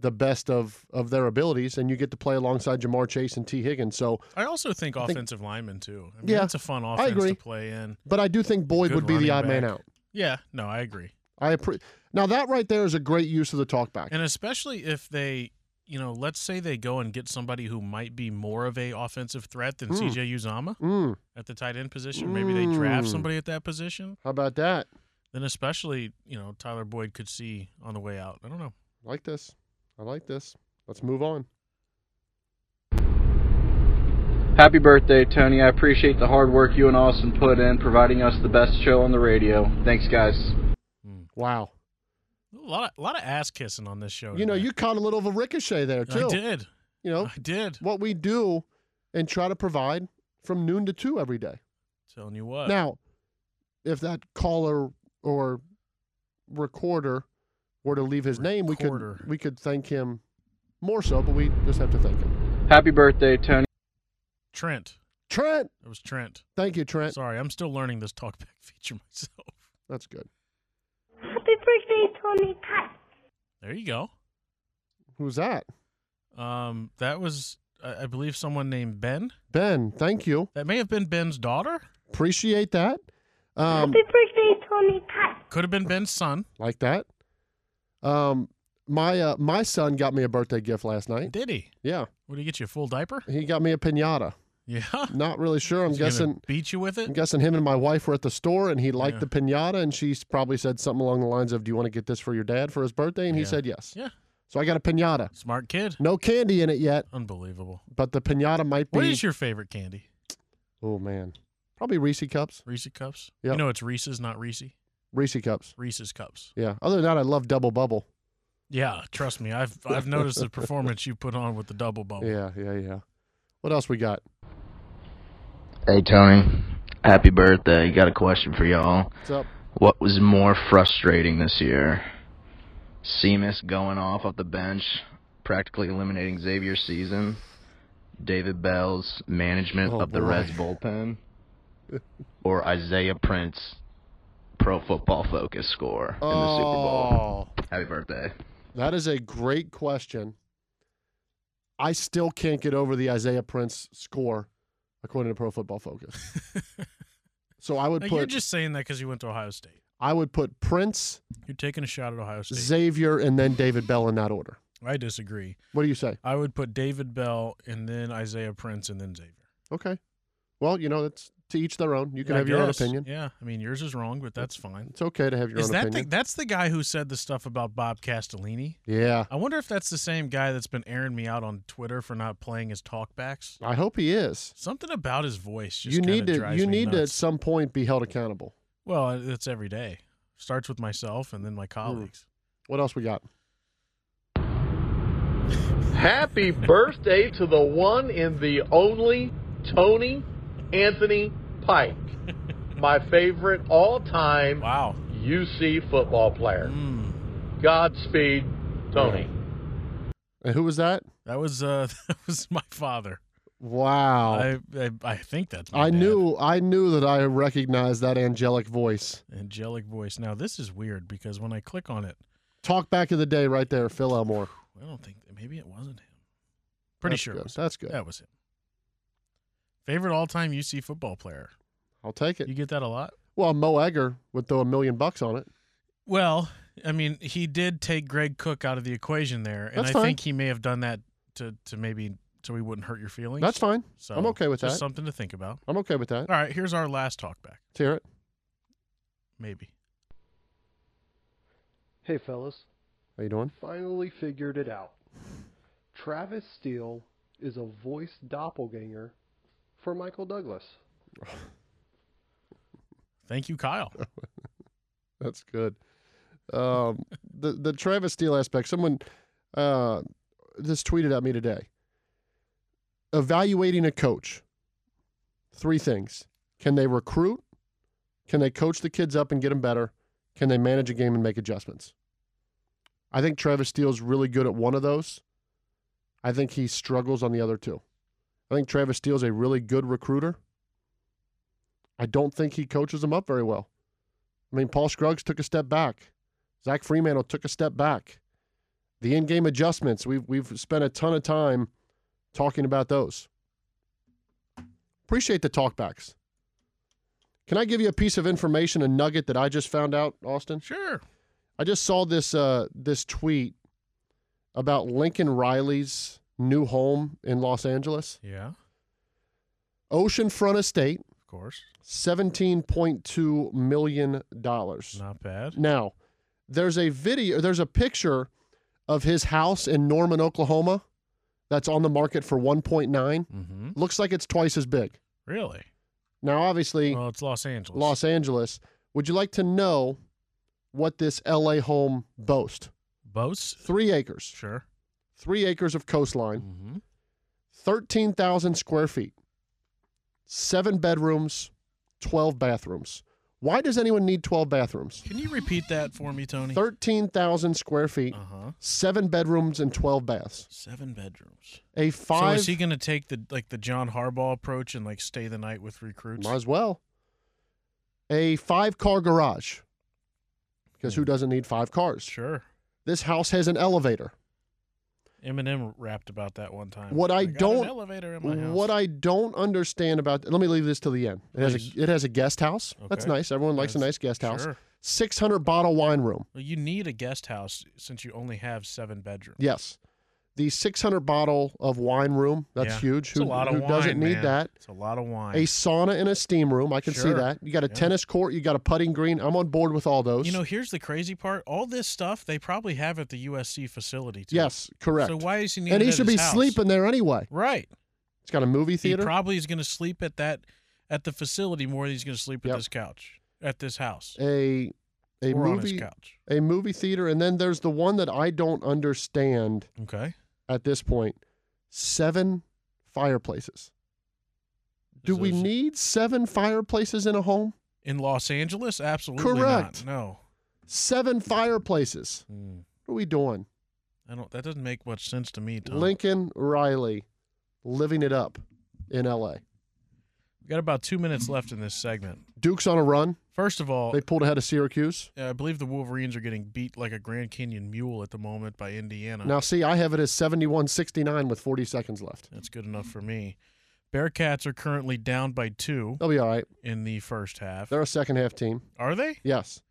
the best of of their abilities, and you get to play alongside Jamar Chase and T. Higgins. So,
I also think
I think-
offensive linemen too. I mean,
Yeah,
it's a fun
I
offense
agree.
to play in.
but I do think Boyd
Good
would be the
running
odd man
back.
out.
Yeah, no, I agree.
I appre- now that right there is a great use of the talkback.
And especially if they, you know, let's say they go and get somebody who might be more of a offensive threat than
Mm.
CJ Uzama
Mm.
at the tight end position. Maybe they draft
Mm.
somebody at that position.
How about that?
Then especially, you know, Tyler Boyd could see on the way out. I don't know.
like this. I like this. Let's move on.
Happy birthday, Tony. I appreciate the hard work you and Austin put in providing us the best show on the radio. Thanks, guys.
Wow.
A lot, of, a lot of ass kissing on this show.
You know, you caught a little of a ricochet there
today.
too.
I did.
You know,
I did.
What we do and try to provide from noon to two every day.
Telling you what.
now, if that caller or recorder were to leave his name, we
Recorder.
could we could thank him more so, but we just have to thank him.
Happy birthday, Tony.
Trent.
Trent.
It was Trent.
Thank you, Trent.
Sorry, I'm still learning this talkback feature myself.
That's good.
Happy birthday, Tony Pat.
There you go.
Who's that?
Um, that was, I, I believe, someone named Ben.
Ben, thank you.
That may have been Ben's daughter.
Appreciate that. Um,
Happy birthday, Tony Pat.
Could have been Ben's son.
like that. Um, my uh, my son got me a birthday gift last night.
Did he?
Yeah,
What do you get you a full diaper?
he got me a pinata.
Yeah.
Not really sure. I'm
Is he gonna
guessing.
beat you with it.
I'm guessing him and my wife were at the store, and he liked
Yeah.
the pinata, and she s- probably said something along the lines of, "Do you want to get this for your dad for his birthday?" And he
Yeah.
said yes.
Yeah.
So I got a pinata.
Smart kid.
No candy in it yet,
Unbelievable.
but the pinata might be.
What is your favorite candy?
Oh man, probably Reese cups.
Reese cups.
Yep.
You know it's Reese's, not Reese.
Reese cups.
Reese's cups.
Yeah. Other than that, I love double bubble.
Yeah, trust me. I've I've noticed the performance you put on with the double bubble.
Yeah, yeah, yeah. What else we got?
Hey Tony, happy birthday. Got a question for y'all.
What's up?
What was more frustrating this year? Seamus going off off the bench, practically eliminating Xavier's season. David Bell's management
Oh,
of the
boy.
Reds bullpen, or Isaiah Prince, Pro Football Focus score in
Uh,
the Super
Oh.
Bowl. Happy birthday.
That is a great question. I still can't get over the Isaiah Prince score, according to Pro Football Focus. so I would
Now,
put
you're just saying that because you went to Ohio State.
I would put Prince,
You're taking a shot at Ohio State.
Xavier, and then David Bell in that order.
I disagree.
What do you say?
I would put David Bell and then Isaiah Prince and then Xavier.
Okay. Well, you know that's to each their own. You can
I
have your own
guess.
opinion.
Yeah, I mean yours is wrong, but that's fine.
It's okay to have your
is
own
that
opinion.
The, that's the guy who said the stuff about Bob Castellini?
yeah.
I wonder if that's the same guy that's been airing me out on Twitter for not playing his talkbacks.
I hope he is.
Something about his voice just
you need
kinda
to
drives
you
me
need to at
nuts.
some point be held accountable.
Well, it's every day. Starts with myself and then my colleagues.
Hmm. What else we got?
Happy birthday to the one and the only Tony Anthony Pike, my favorite all time
wow.
UC football player. Godspeed, Tony.
And who was that?
That was uh that was my father.
Wow.
I, I I think that's my
I knew I knew that I recognized that angelic voice.
angelic voice. Now this is weird because when I click on it,
Talk back of the day right there, Phil Elmore.
I don't think maybe it wasn't him. Pretty
That's
sure it
good.
was him.
That's good.
That was him. Favorite all-time UC football player.
I'll take it.
You get that a lot?
Well, Mo Egger would throw a million bucks on it.
Well, I mean, he did take Greg Cook out of the equation there, and
That's
I
fine.
think he may have done that to to maybe so he wouldn't hurt your feelings.
That's fine.
So
I'm okay with
just
that.
Something to think about.
I'm okay with that.
All right, here's our last talkback.
Let's hear it.
Maybe.
Hey, fellas.
How you doing?
Finally figured it out. Travis Steele is a voice doppelganger for Michael Douglas.
Thank you, Kyle.
That's good. Um, the the Travis Steele aspect. Someone uh, just tweeted at me today. Evaluating a coach. Three things: can they recruit? Can they coach the kids up and get them better? Can they manage a game and make adjustments? I think Travis Steele's really good at one of those. I think he struggles on the other two. I think Travis Steele's a really good recruiter. I don't think he coaches them up very well. I mean, Paul Scruggs took a step back. Zach Fremantle took a step back. The in-game adjustments, we've we've spent a ton of time talking about those. Appreciate the talkbacks. Can I give you a piece of information, a nugget that I just found out, Austin?
Sure.
I just saw this uh, this tweet about Lincoln Riley's new home in Los Angeles,
Yeah,
Oceanfront Estate,
of course.
seventeen point two million dollars.
Not bad.
Now, there's a video, there's a picture of his house in Norman, Oklahoma, that's on the market for 1.9.
Mm-hmm.
Looks like it's twice as big.
Really?
Now, obviously,
Well, it's Los Angeles.
Los Angeles. Would you like to know what this LA home boasts?
Boasts
three acres.
Sure. Mm-hmm.
Three acres of coastline. Thirteen thousand square feet. Seven bedrooms, twelve bathrooms. Why does anyone need twelve bathrooms?
Can you repeat that for me, Tony?
13,000 square feet,
Uh-huh.
seven bedrooms, and 12 baths.
Seven bedrooms.
A
So
five.
is he going to take the like the John Harbaugh approach and like stay the night with recruits?
might as well. A five car garage. Because who doesn't need five cars?
Hmm. Sure.
This house has an elevator.
Eminem rapped about that one time.
What I,
got an
don't
elevator in my house.
what I don't understand about let me leave this till the end. It has
Please.
a, it has a guest house. That's
Okay.
nice. Everyone likes a
That's-
nice guest house.
sure.
600 bottle wine room.
Well, you need a guest house since you only have seven bedrooms.
Yes. The 600 bottle of wine room. That's
Yeah.
huge.
It's a
who
lot of
who doesn't
wine,
need
man.
that?
It's a lot of wine.
a sauna and a steam room. I can see
Sure.
that. You got a
Yeah.
tennis court. You got a putting green. I'm on board with all those.
you know, here's the crazy part: all this stuff they probably have at the USC facility. Too.
yes, correct.
So why is he?
And
needing
he
it at
should be
his house?
sleeping there anyway.
Right.
It's got a movie
He
theater.
probably is going to sleep at that at the facility more than he's going to sleep at this couch at this house.
a a
Or on his
movie
couch.
a movie theater, and then there's the one that I don't understand.
Okay.
At this point, seven fireplaces. Do we need seven fireplaces in a home?
In Los Angeles, absolutely
Correct.
not. No, Hmm.
Seven fireplaces. What are we doing?
I don't. That doesn't make much sense to me. Tom.
Lincoln Riley living it up in LA.
We got about two minutes left in this segment.
Duke's on a run.
First of all,
They pulled ahead of Syracuse.
I believe the Wolverines are getting beat like a Grand Canyon mule at the moment by Indiana.
Now, see, I have it as 71 69 with 40 seconds left.
That's good enough for me. Bearcats are currently down by two
They'll be all right.
in the first half.
They're a second half team.
Are they?
Yes.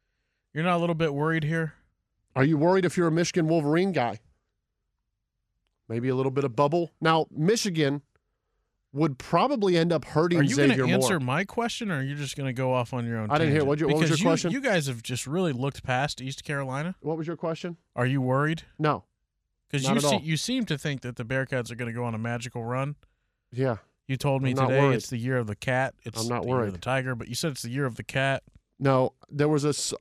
You're not a little bit worried here?
Are you worried if you're a Michigan Wolverine guy? Maybe a little bit of bubble. Now, Michigan would probably end up hurting
Are you going
Xavier
to answer
Moore.
my question, or are you just going to go off on your own?
I didn't hear-
tangent?
what'd you- what was
Because
your
you-
question?
You guys have just really looked past East Carolina.
What was your question?
Are you worried?
No,
because
not
you
at
se-
all.
you seem to think that the Bearcats are going to go on a magical run.
Yeah,
You told me
I'm not
today
worried.
it's the year of the cat. It's
I'm not
the year of
worried.
the tiger, but you said it's the year of the cat.
no. There was a. s-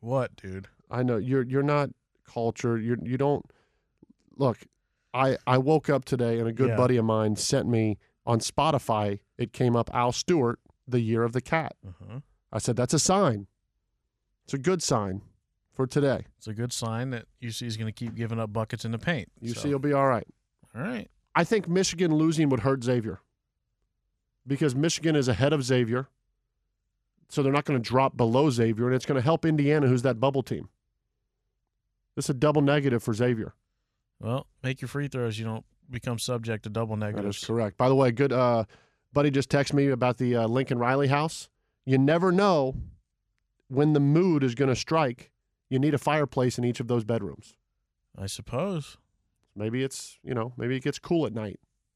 What, dude?
I know you're you're not cultured. You you don't look. I I woke up today and a good
Yeah.
buddy of mine sent me on Spotify. It came up Al Stewart, the year of the cat.
Uh-huh.
I said that's a sign. It's a good sign for today.
It's a good sign that UC is going to keep giving up buckets in the paint.
You
So,
see, you'll be all right.
all right.
I think Michigan losing would hurt Xavier because Michigan is ahead of Xavier. So they're not going to drop below Xavier, and it's going to help Indiana, who's that bubble team. This is a double negative for Xavier.
Well, make your free throws. You don't become subject to double
That
negatives.
is correct. By the way, good uh, buddy just texted me about the uh, Lincoln Riley house. You never know when the mood is going to strike. You need a fireplace in each of those bedrooms.
I suppose.
Maybe it's you know maybe it gets cool at night.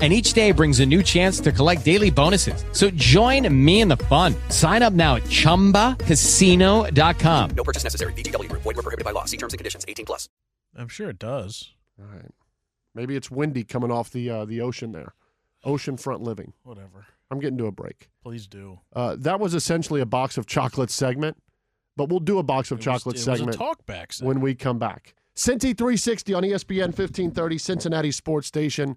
And each day brings a new chance to collect daily bonuses. So join me in the fun. Sign up now at chumbacasino.com.
Um, No purchase necessary. VGW Group. Void were prohibited by law. See terms and conditions. 18 plus.
I'm sure it does.
All right. Maybe it's windy coming off the uh, the ocean there. Ocean front living.
Whatever.
I'm getting to a break.
Please do.
Uh, that was essentially a box of chocolate segment, but we'll do a box of chocolate
it was a
segment,
talkback
when we come back. Cinti 360 on E ESPN 1530, Cincinnati Sports Station.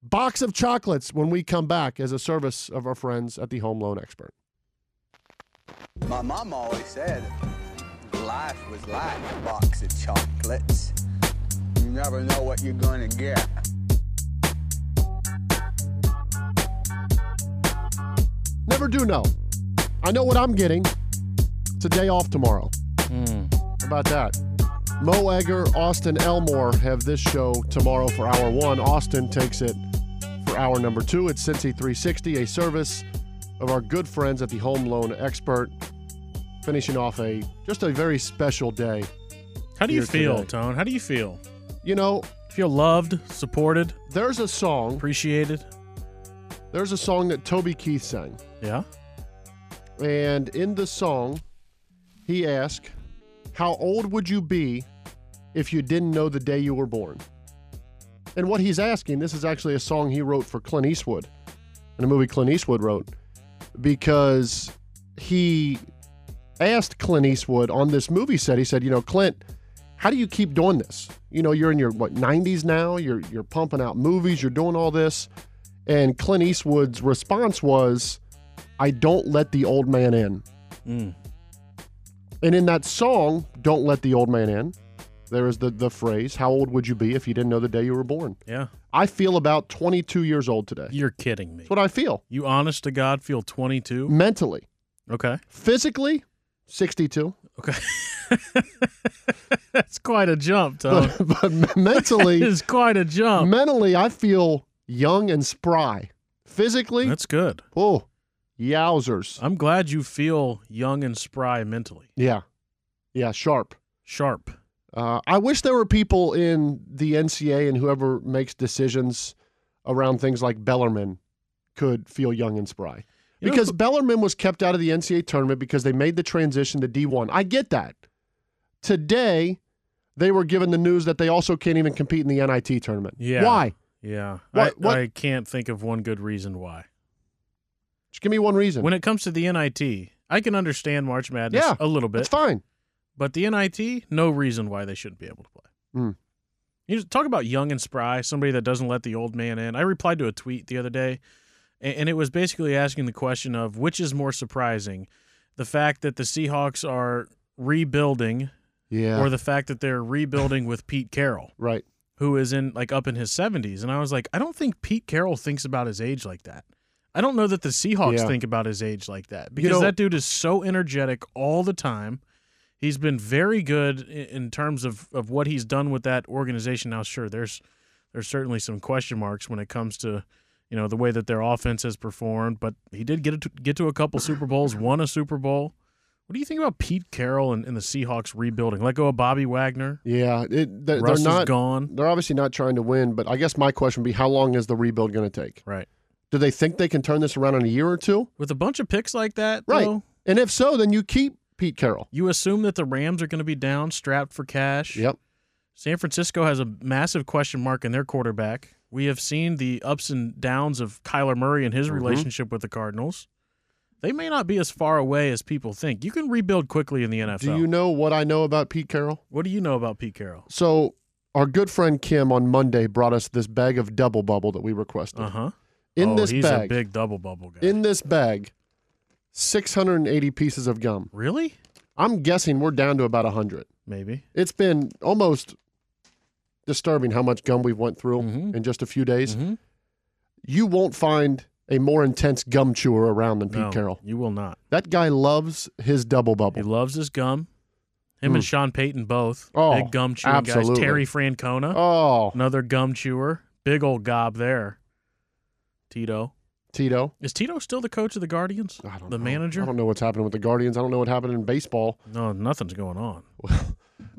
Box of chocolates when we come back as a service of our friends at the Home Loan Expert.
My mom always said life was like a box of chocolates. You never know what you're gonna get.
Never do know. I know what I'm getting. It's a day off tomorrow. How about that? Mo Egger, Austin Elmore have this show tomorrow for hour one. Austin takes it for hour number two. It's Cincy 360, a service of our good friends at the Home Loan Expert, finishing off a just a very special day.
How do you
here
feel,
today.
Tone? How do you feel?
You know,
feel loved, supported.
There's a song
appreciated.
There's a song that Toby Keith sang.
Yeah.
And in the song, he asked, How old would you be if you didn't know the day you were born? And what he's asking, this is actually a song he wrote for Clint Eastwood in a movie Clint Eastwood wrote, because he asked Clint Eastwood on this movie set, he said, You know, Clint, how do you keep doing this? You know, you're in your what 90s now, you're you're pumping out movies, you're doing all this. And Clint Eastwood's response was, I don't let the old man in. And in that song, Don't Let the Old Man In, there is the, the phrase, How old would you be if you didn't know the day you were born?
Yeah.
I feel about 22 years old today.
You're kidding me. That's
what I feel. Mm.
You honest to God feel 22?
Mentally.
Okay.
Physically, 62.
Okay. That's quite a jump, Tone.
But, but mentally,
That is quite a jump.
Mentally, I feel young and spry. Physically,
That's good.
Oh, yowzers.
I'm glad you feel young and spry mentally.
Yeah. Yeah, sharp.
Sharp.
Uh, I wish there were people in the NCA and whoever makes decisions around things like Bellerman could feel young and spry.
You know
Because Bellerman was kept out of the NCAA tournament because they made the transition to D1. I get that. Today, they were given the news that they also can't even compete in the NIT tournament.
Yeah.
Why?
Yeah.
Why-
I,
what-
I can't think of one good reason why.
Just give me one reason.
When it comes to the NIT, I can understand March Madness
Yeah,
a little bit.
that's fine.
But the NIT, no reason why they shouldn't be able to play.
Mm.
You just talk about young and spry, somebody that doesn't let the old man in. I replied to a tweet the other day, a- and it was basically asking the question of which is more surprising, the fact that the Seahawks are rebuilding,
Yeah.
or the fact that they're rebuilding with Pete Carroll,
right?
Who is in like up in his seventies? And I was like, I don't think Pete Carroll thinks about his age like that. I don't know that the Seahawks
Yeah.
think about his age like that
You
because
know-
that dude is so energetic all the time. He's been very good in, in terms of, of what he's done with that organization. Now, sure, there's there's certainly some question marks when it comes to you know the way that their offense has performed, but he did get to, get to a couple Super Bowls, won a Super Bowl. What do you think about Pete Carroll and, and the Seahawks rebuilding? Let go of Bobby Wagner.
Yeah, it, they're, they're
Russ is
not
gone.
They're obviously not trying to win, but I guess my question would be, how long is the rebuild going to take?
Right.
Do they think they can turn this around in a year or two?
With a bunch of picks like that,
Right.
though,
And if so, then you keep Pete Carroll.
you assume that the Rams are going to be down, strapped for cash.
Yep.
San Francisco has a massive question mark in their quarterback. We have seen the ups and downs of Kyler Murray and his
Mhm.
relationship with the Cardinals. They may not be as far away as people think. You can rebuild quickly in the NFL.
Do you know what I know about Pete Carroll?
what do you know about Pete Carroll?
So, our good friend Kim on Monday brought us this bag of double bubble that we requested.
Uh huh.
In
oh,
this
he's
bag,
a big double bubble guy.
in this bag, 680 pieces of gum.
Really?
I'm guessing we're down to about 100.
Maybe.
It's been almost disturbing how much gum we've went through
Mm-hmm.
in just a few days. You won't find a more intense gum chewer around than Pete
No,
Carroll.
You will not.
That guy loves his double bubble.
He loves his gum. Him
Mm.
and Sean Payton both.
Oh,
big gum chewing guys.
absolutely.
Terry Francona.
Oh,
Another gum chewer. Big old gob there. Tito.
Tito.
Is Tito still the coach of the Guardians? I don't the
I
manager?
don't know what's happening with the Guardians. I don't know what happened in baseball.
No, nothing's going on.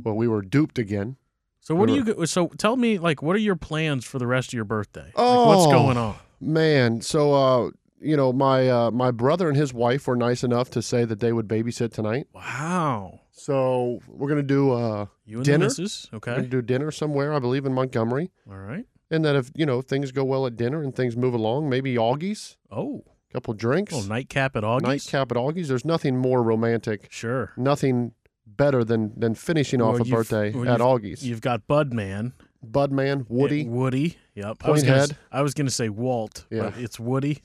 Well, we were duped again.
So what do
We
you
were-
go- so tell me like what are your plans for the rest of your birthday? Like, what's
Oh,
going on?
Man, so uh, you know, my uh, my brother and his wife were nice enough to say that they would babysit tonight.
Wow.
So we're gonna do uh
You and the
dinner.
missus? Okay.
We're gonna do dinner somewhere, I believe, in Montgomery.
All right.
And that if you know things go well at dinner and things move along, maybe Augie's,
Oh.
a couple drinks,
Little nightcap at August.
nightcap at Augie's. There's nothing more romantic.
Sure.
Nothing better than than finishing
Well,
off a
you've-
birthday
well,
at
you've-
Augie's.
You've got Budman.
Budman, Woody.
Yeah, Woody. Yep. I was,
Pointhead.
gonna, s- I was gonna say Walt, but
Yeah.
it's Woody.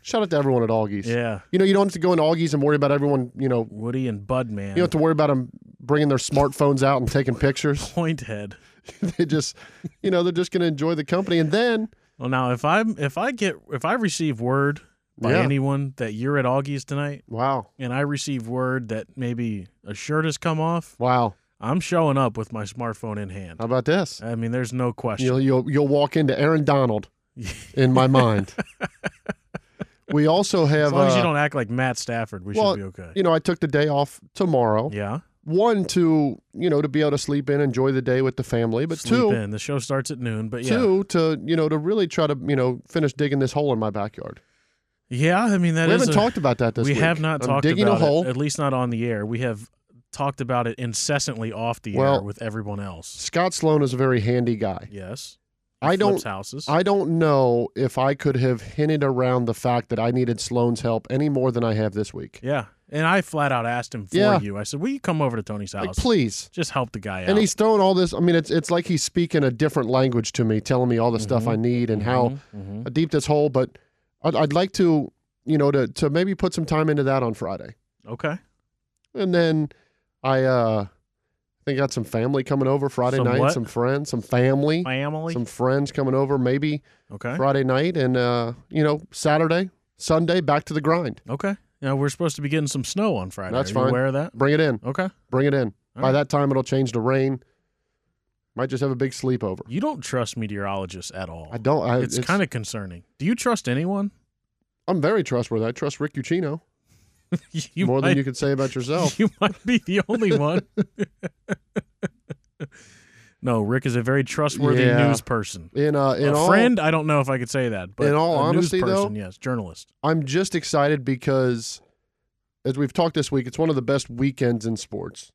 Shout out to everyone at Augie's.
Yeah.
You know, you don't have to go in Augie's and worry about everyone, you know,
Woody and Budman.
you don't have to worry about them bringing their smartphones out and taking pictures.
Pointhead.
they just, you know, they're just going to enjoy the company. And then,
Well, now if I'm if I get if I receive word by
Yeah.
anyone that you're at Augie's tonight,
wow,
and I receive word that maybe a shirt has come off,
wow.
I'm showing up with my smartphone in hand.
How about this?
I mean, there's no question.
You'll, you'll, you'll walk into Aaron Donald in my mind. we also have.
as long as you
uh,
don't act like Matt Stafford, we
well,
should be okay.
You know, I took the day off tomorrow.
yeah,
One, to, you know, to be able to sleep in, enjoy the day with the family. But
sleep
two,
in. The show starts at noon, but yeah,
two to you know to really try to you know finish digging this hole in my backyard.
yeah. I mean, that
we
is
haven't
a-
talked about that this
we
week.
have not
I'm
talked
digging
about
a hole.
it, at least not on the air. We have talked about it incessantly off the air
Well-
with everyone else.
Scott Sloan is a very handy guy.
Yes, He
I
flips
don't
houses.
I don't know if I could have hinted around the fact that I needed Sloan's help any more than I have this week.
Yeah. And I flat out asked him for
Yeah.
you. I said, Will you come over to Tony's house?
Like please.
Just help the guy out.
And he's throwing all this. I mean, it's it's like he's speaking a different language to me, telling me all the stuff
Mm-hmm.
I need and how deep this hole. But I'd, I'd like to, you know, to to maybe put some time into that on Friday.
okay.
And then I uh I think I got some family coming over Friday
Some
night,
what?
some friends, some family,
Family.
some friends coming over maybe
okay.
Friday night and uh you know, Saturday, Sunday back to the grind.
Okay. Now we're supposed to be getting some snow on Friday.
That's
Are you
fine.
aware of that?
Bring it in.
Okay.
Bring it in. By
All right.
that time it'll change to rain. Might just have a big sleepover.
You don't trust meteorologists at all.
I don't I
it's kind of concerning. Do you trust anyone?
I'm very trustworthy. I trust Rick Uccino.
You
more
might-
than you could say about yourself.
You might be the only one. no, Rick is a very trustworthy
Yeah.
news person.
In uh in
a
all
friend, I don't know if I could say that, but
in all
a
honesty,
news
though,
person, yes, journalist.
I'm just excited because, as we've talked this week, it's one of the best weekends in sports.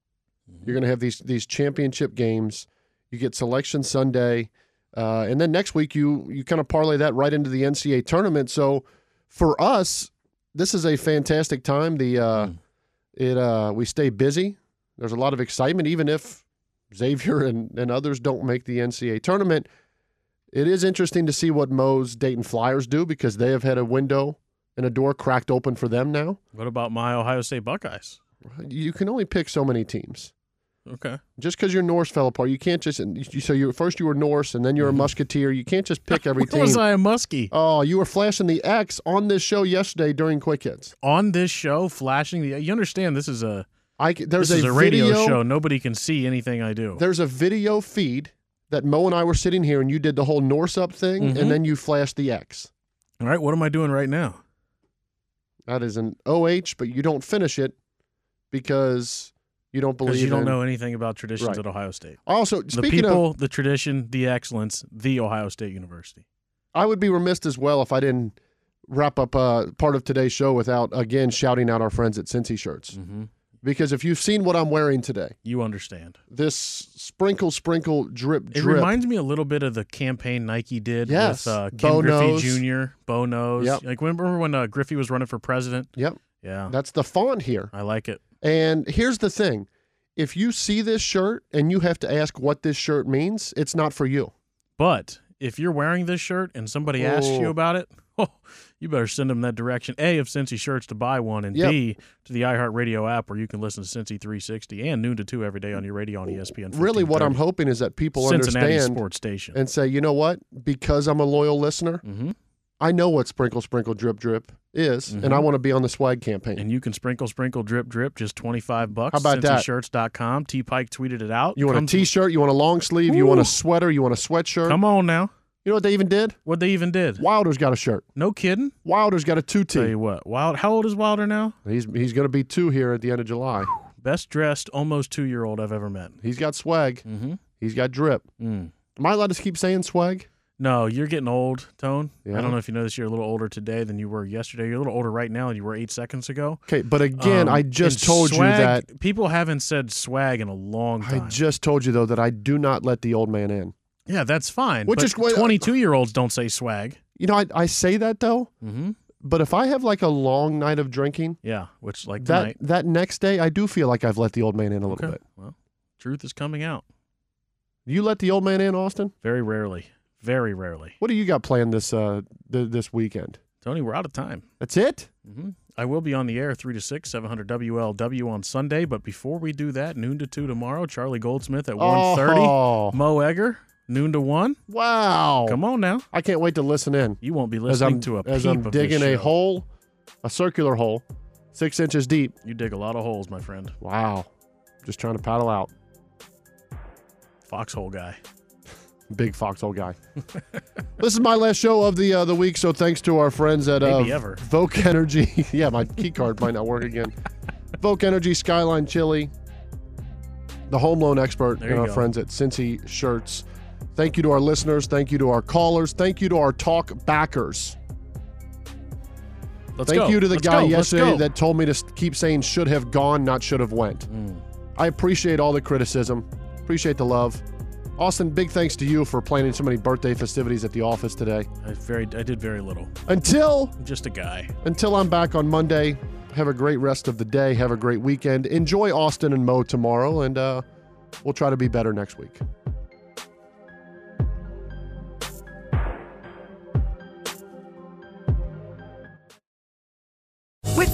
Mm-hmm.
You're going to have these these championship games. You get selection Sunday, uh, and then next week you you kind of parlay that right into the NCAA tournament. So for us, this is a fantastic time. The uh,
Mm.
it uh, we stay busy. There's a lot of excitement, even if Xavier and, and others don't make the NCAA tournament. It is interesting to see what Moe's Dayton Flyers do because they have had a window and a door cracked open for them now.
What about my Ohio State Buckeyes?
You can only pick so many teams.
Okay.
Just because your Norse fell apart, you can't just. and you- So you first you were Norse, and then you were a Musketeer. You can't just pick every
Where Mm-hmm. was
team.
I a muskie?
Oh, you were flashing the X on this show yesterday during Quick Hits.
on this show flashing the you understand this is a
I c- there's
this is a,
a
radio
video-
show. Nobody can see anything I do.
There's a video feed that Mo and I were sitting here, and you did the whole Norse up thing,
Mhm.
and then you flashed the X.
All right, what am I doing right now?
That is an OH, but you don't finish it because you don't believe
Because you don't
in-
know anything about traditions
Right.
at Ohio State.
Also,
the
speaking of-
people, the tradition, the excellence, the Ohio State University.
I would be remiss as well if I didn't wrap up uh, part of today's show without again shouting out our friends at Cincy Shirts. Because if you've seen what I'm wearing today,
Mm-hmm. You understand.
this sprinkle, sprinkle, drip,
It
drip.
reminds me a little bit of the campaign Nike did
Yes.
with uh, Ken
Bo
Griffey
knows.
Jr., Bo Knows.
Yep.
Like, remember when uh, Griffey was running for president?
Yep.
Yeah.
That's the font here.
I like it.
And here's the thing if you see this shirt and you have to ask what this shirt means, it's not for you.
But if you're wearing this shirt and somebody asks you
Oh.
about it, oh, you better send them that direction. A of Cincy shirts to buy one, and
Yep.
B to the iHeartRadio app where you can listen to Cincy 360 and noon to two every day on your radio on E ESPN.
Really, what I'm
1530.
hoping is that people
Cincinnati
understand
sports station. Mm-hmm.
and say, you know what? Because I'm a loyal listener, I know what sprinkle, sprinkle, drip, drip is, and I
Mhm.
want to be on the swag campaign.
And you can sprinkle, sprinkle, drip, drip, just 25 bucks.
How about that?
CincyShirts.com. T Pike tweeted it out.
You want a
Comes-
t-shirt? You want a long sleeve? You want
Ooh.
a sweater? You want a sweatshirt?
Come on now.
You know what they even did?
What they even did?
Wilder's got a shirt.
No kidding.
Wilder's got a two
Tell
T.
you what, Wild. How old is Wilder now?
He's he's going to be two here at the end of July.
Best dressed, almost two year old I've ever met.
He's got swag.
Mm-hmm.
He's got drip.
Mm.
Am I allowed to keep saying swag?
No, you're getting old, Tone.
Yeah.
I don't know if you know this. You're a little older today than you were yesterday. You're a little older right now than you were eight seconds ago.
Okay, but again,
Um,
I just
and
told
swag-
you that
people haven't said swag in a long time.
I just told you though that I do not let the old man in.
yeah, that's fine.
Which
but
is what- uh,
22 year olds don't say swag.
You know, I, I say that though,
Mm-hmm.
but if I have like a long night of drinking,
Yeah, which like
that
tonight.
that next day I do feel like I've let the old man in a little
Okay.
bit.
Well, truth is coming out
You let the old man in, Austin?
very rarely. Very rarely.
What do you got planned this uh th- this weekend?
Tony, we're out of time.
That's it.
hmm I will be on the air 3 to 6, 700 WLW on Sunday. But before we do that, noon to 2 tomorrow, Charlie Goldsmith at 1.30.
Oh.
Mo Egger, noon to 1.
Wow.
Come on now.
I can't wait to listen in.
You won't be
as
listening
I'm,
to a
as
peep
I'm
of
digging
this
a
show.
hole, a circular hole, six inches deep.
You dig a lot of holes, my friend.
Wow. Just trying to paddle out.
Foxhole guy.
Big foxhole guy. this is my last show of the uh, the week, so thanks to our friends at uh,
Maybe ever.
Voke Energy. yeah, my key card might not work again. Voke Energy, Skyline Chili, the home loan expert,
There
and
you
our
go.
friends at Cincy Shirts. Thank you to our listeners. Thank you to our callers. Thank you to our talk backers.
Let's
Thank
go.
you to the
Let's
guy
go. Let's
yesterday
go.
that told me to s- keep saying should have gone, not should have went.
Mm.
I appreciate all the criticism. Appreciate the love. Austin, big thanks to you for planning so many birthday festivities at the office today.
I very I did very little.
Until
I'm just a guy.
until I'm back on Monday, have a great rest of the day. Have a great weekend. Enjoy Austin and Mo tomorrow, and uh, we'll try to be better next week.
With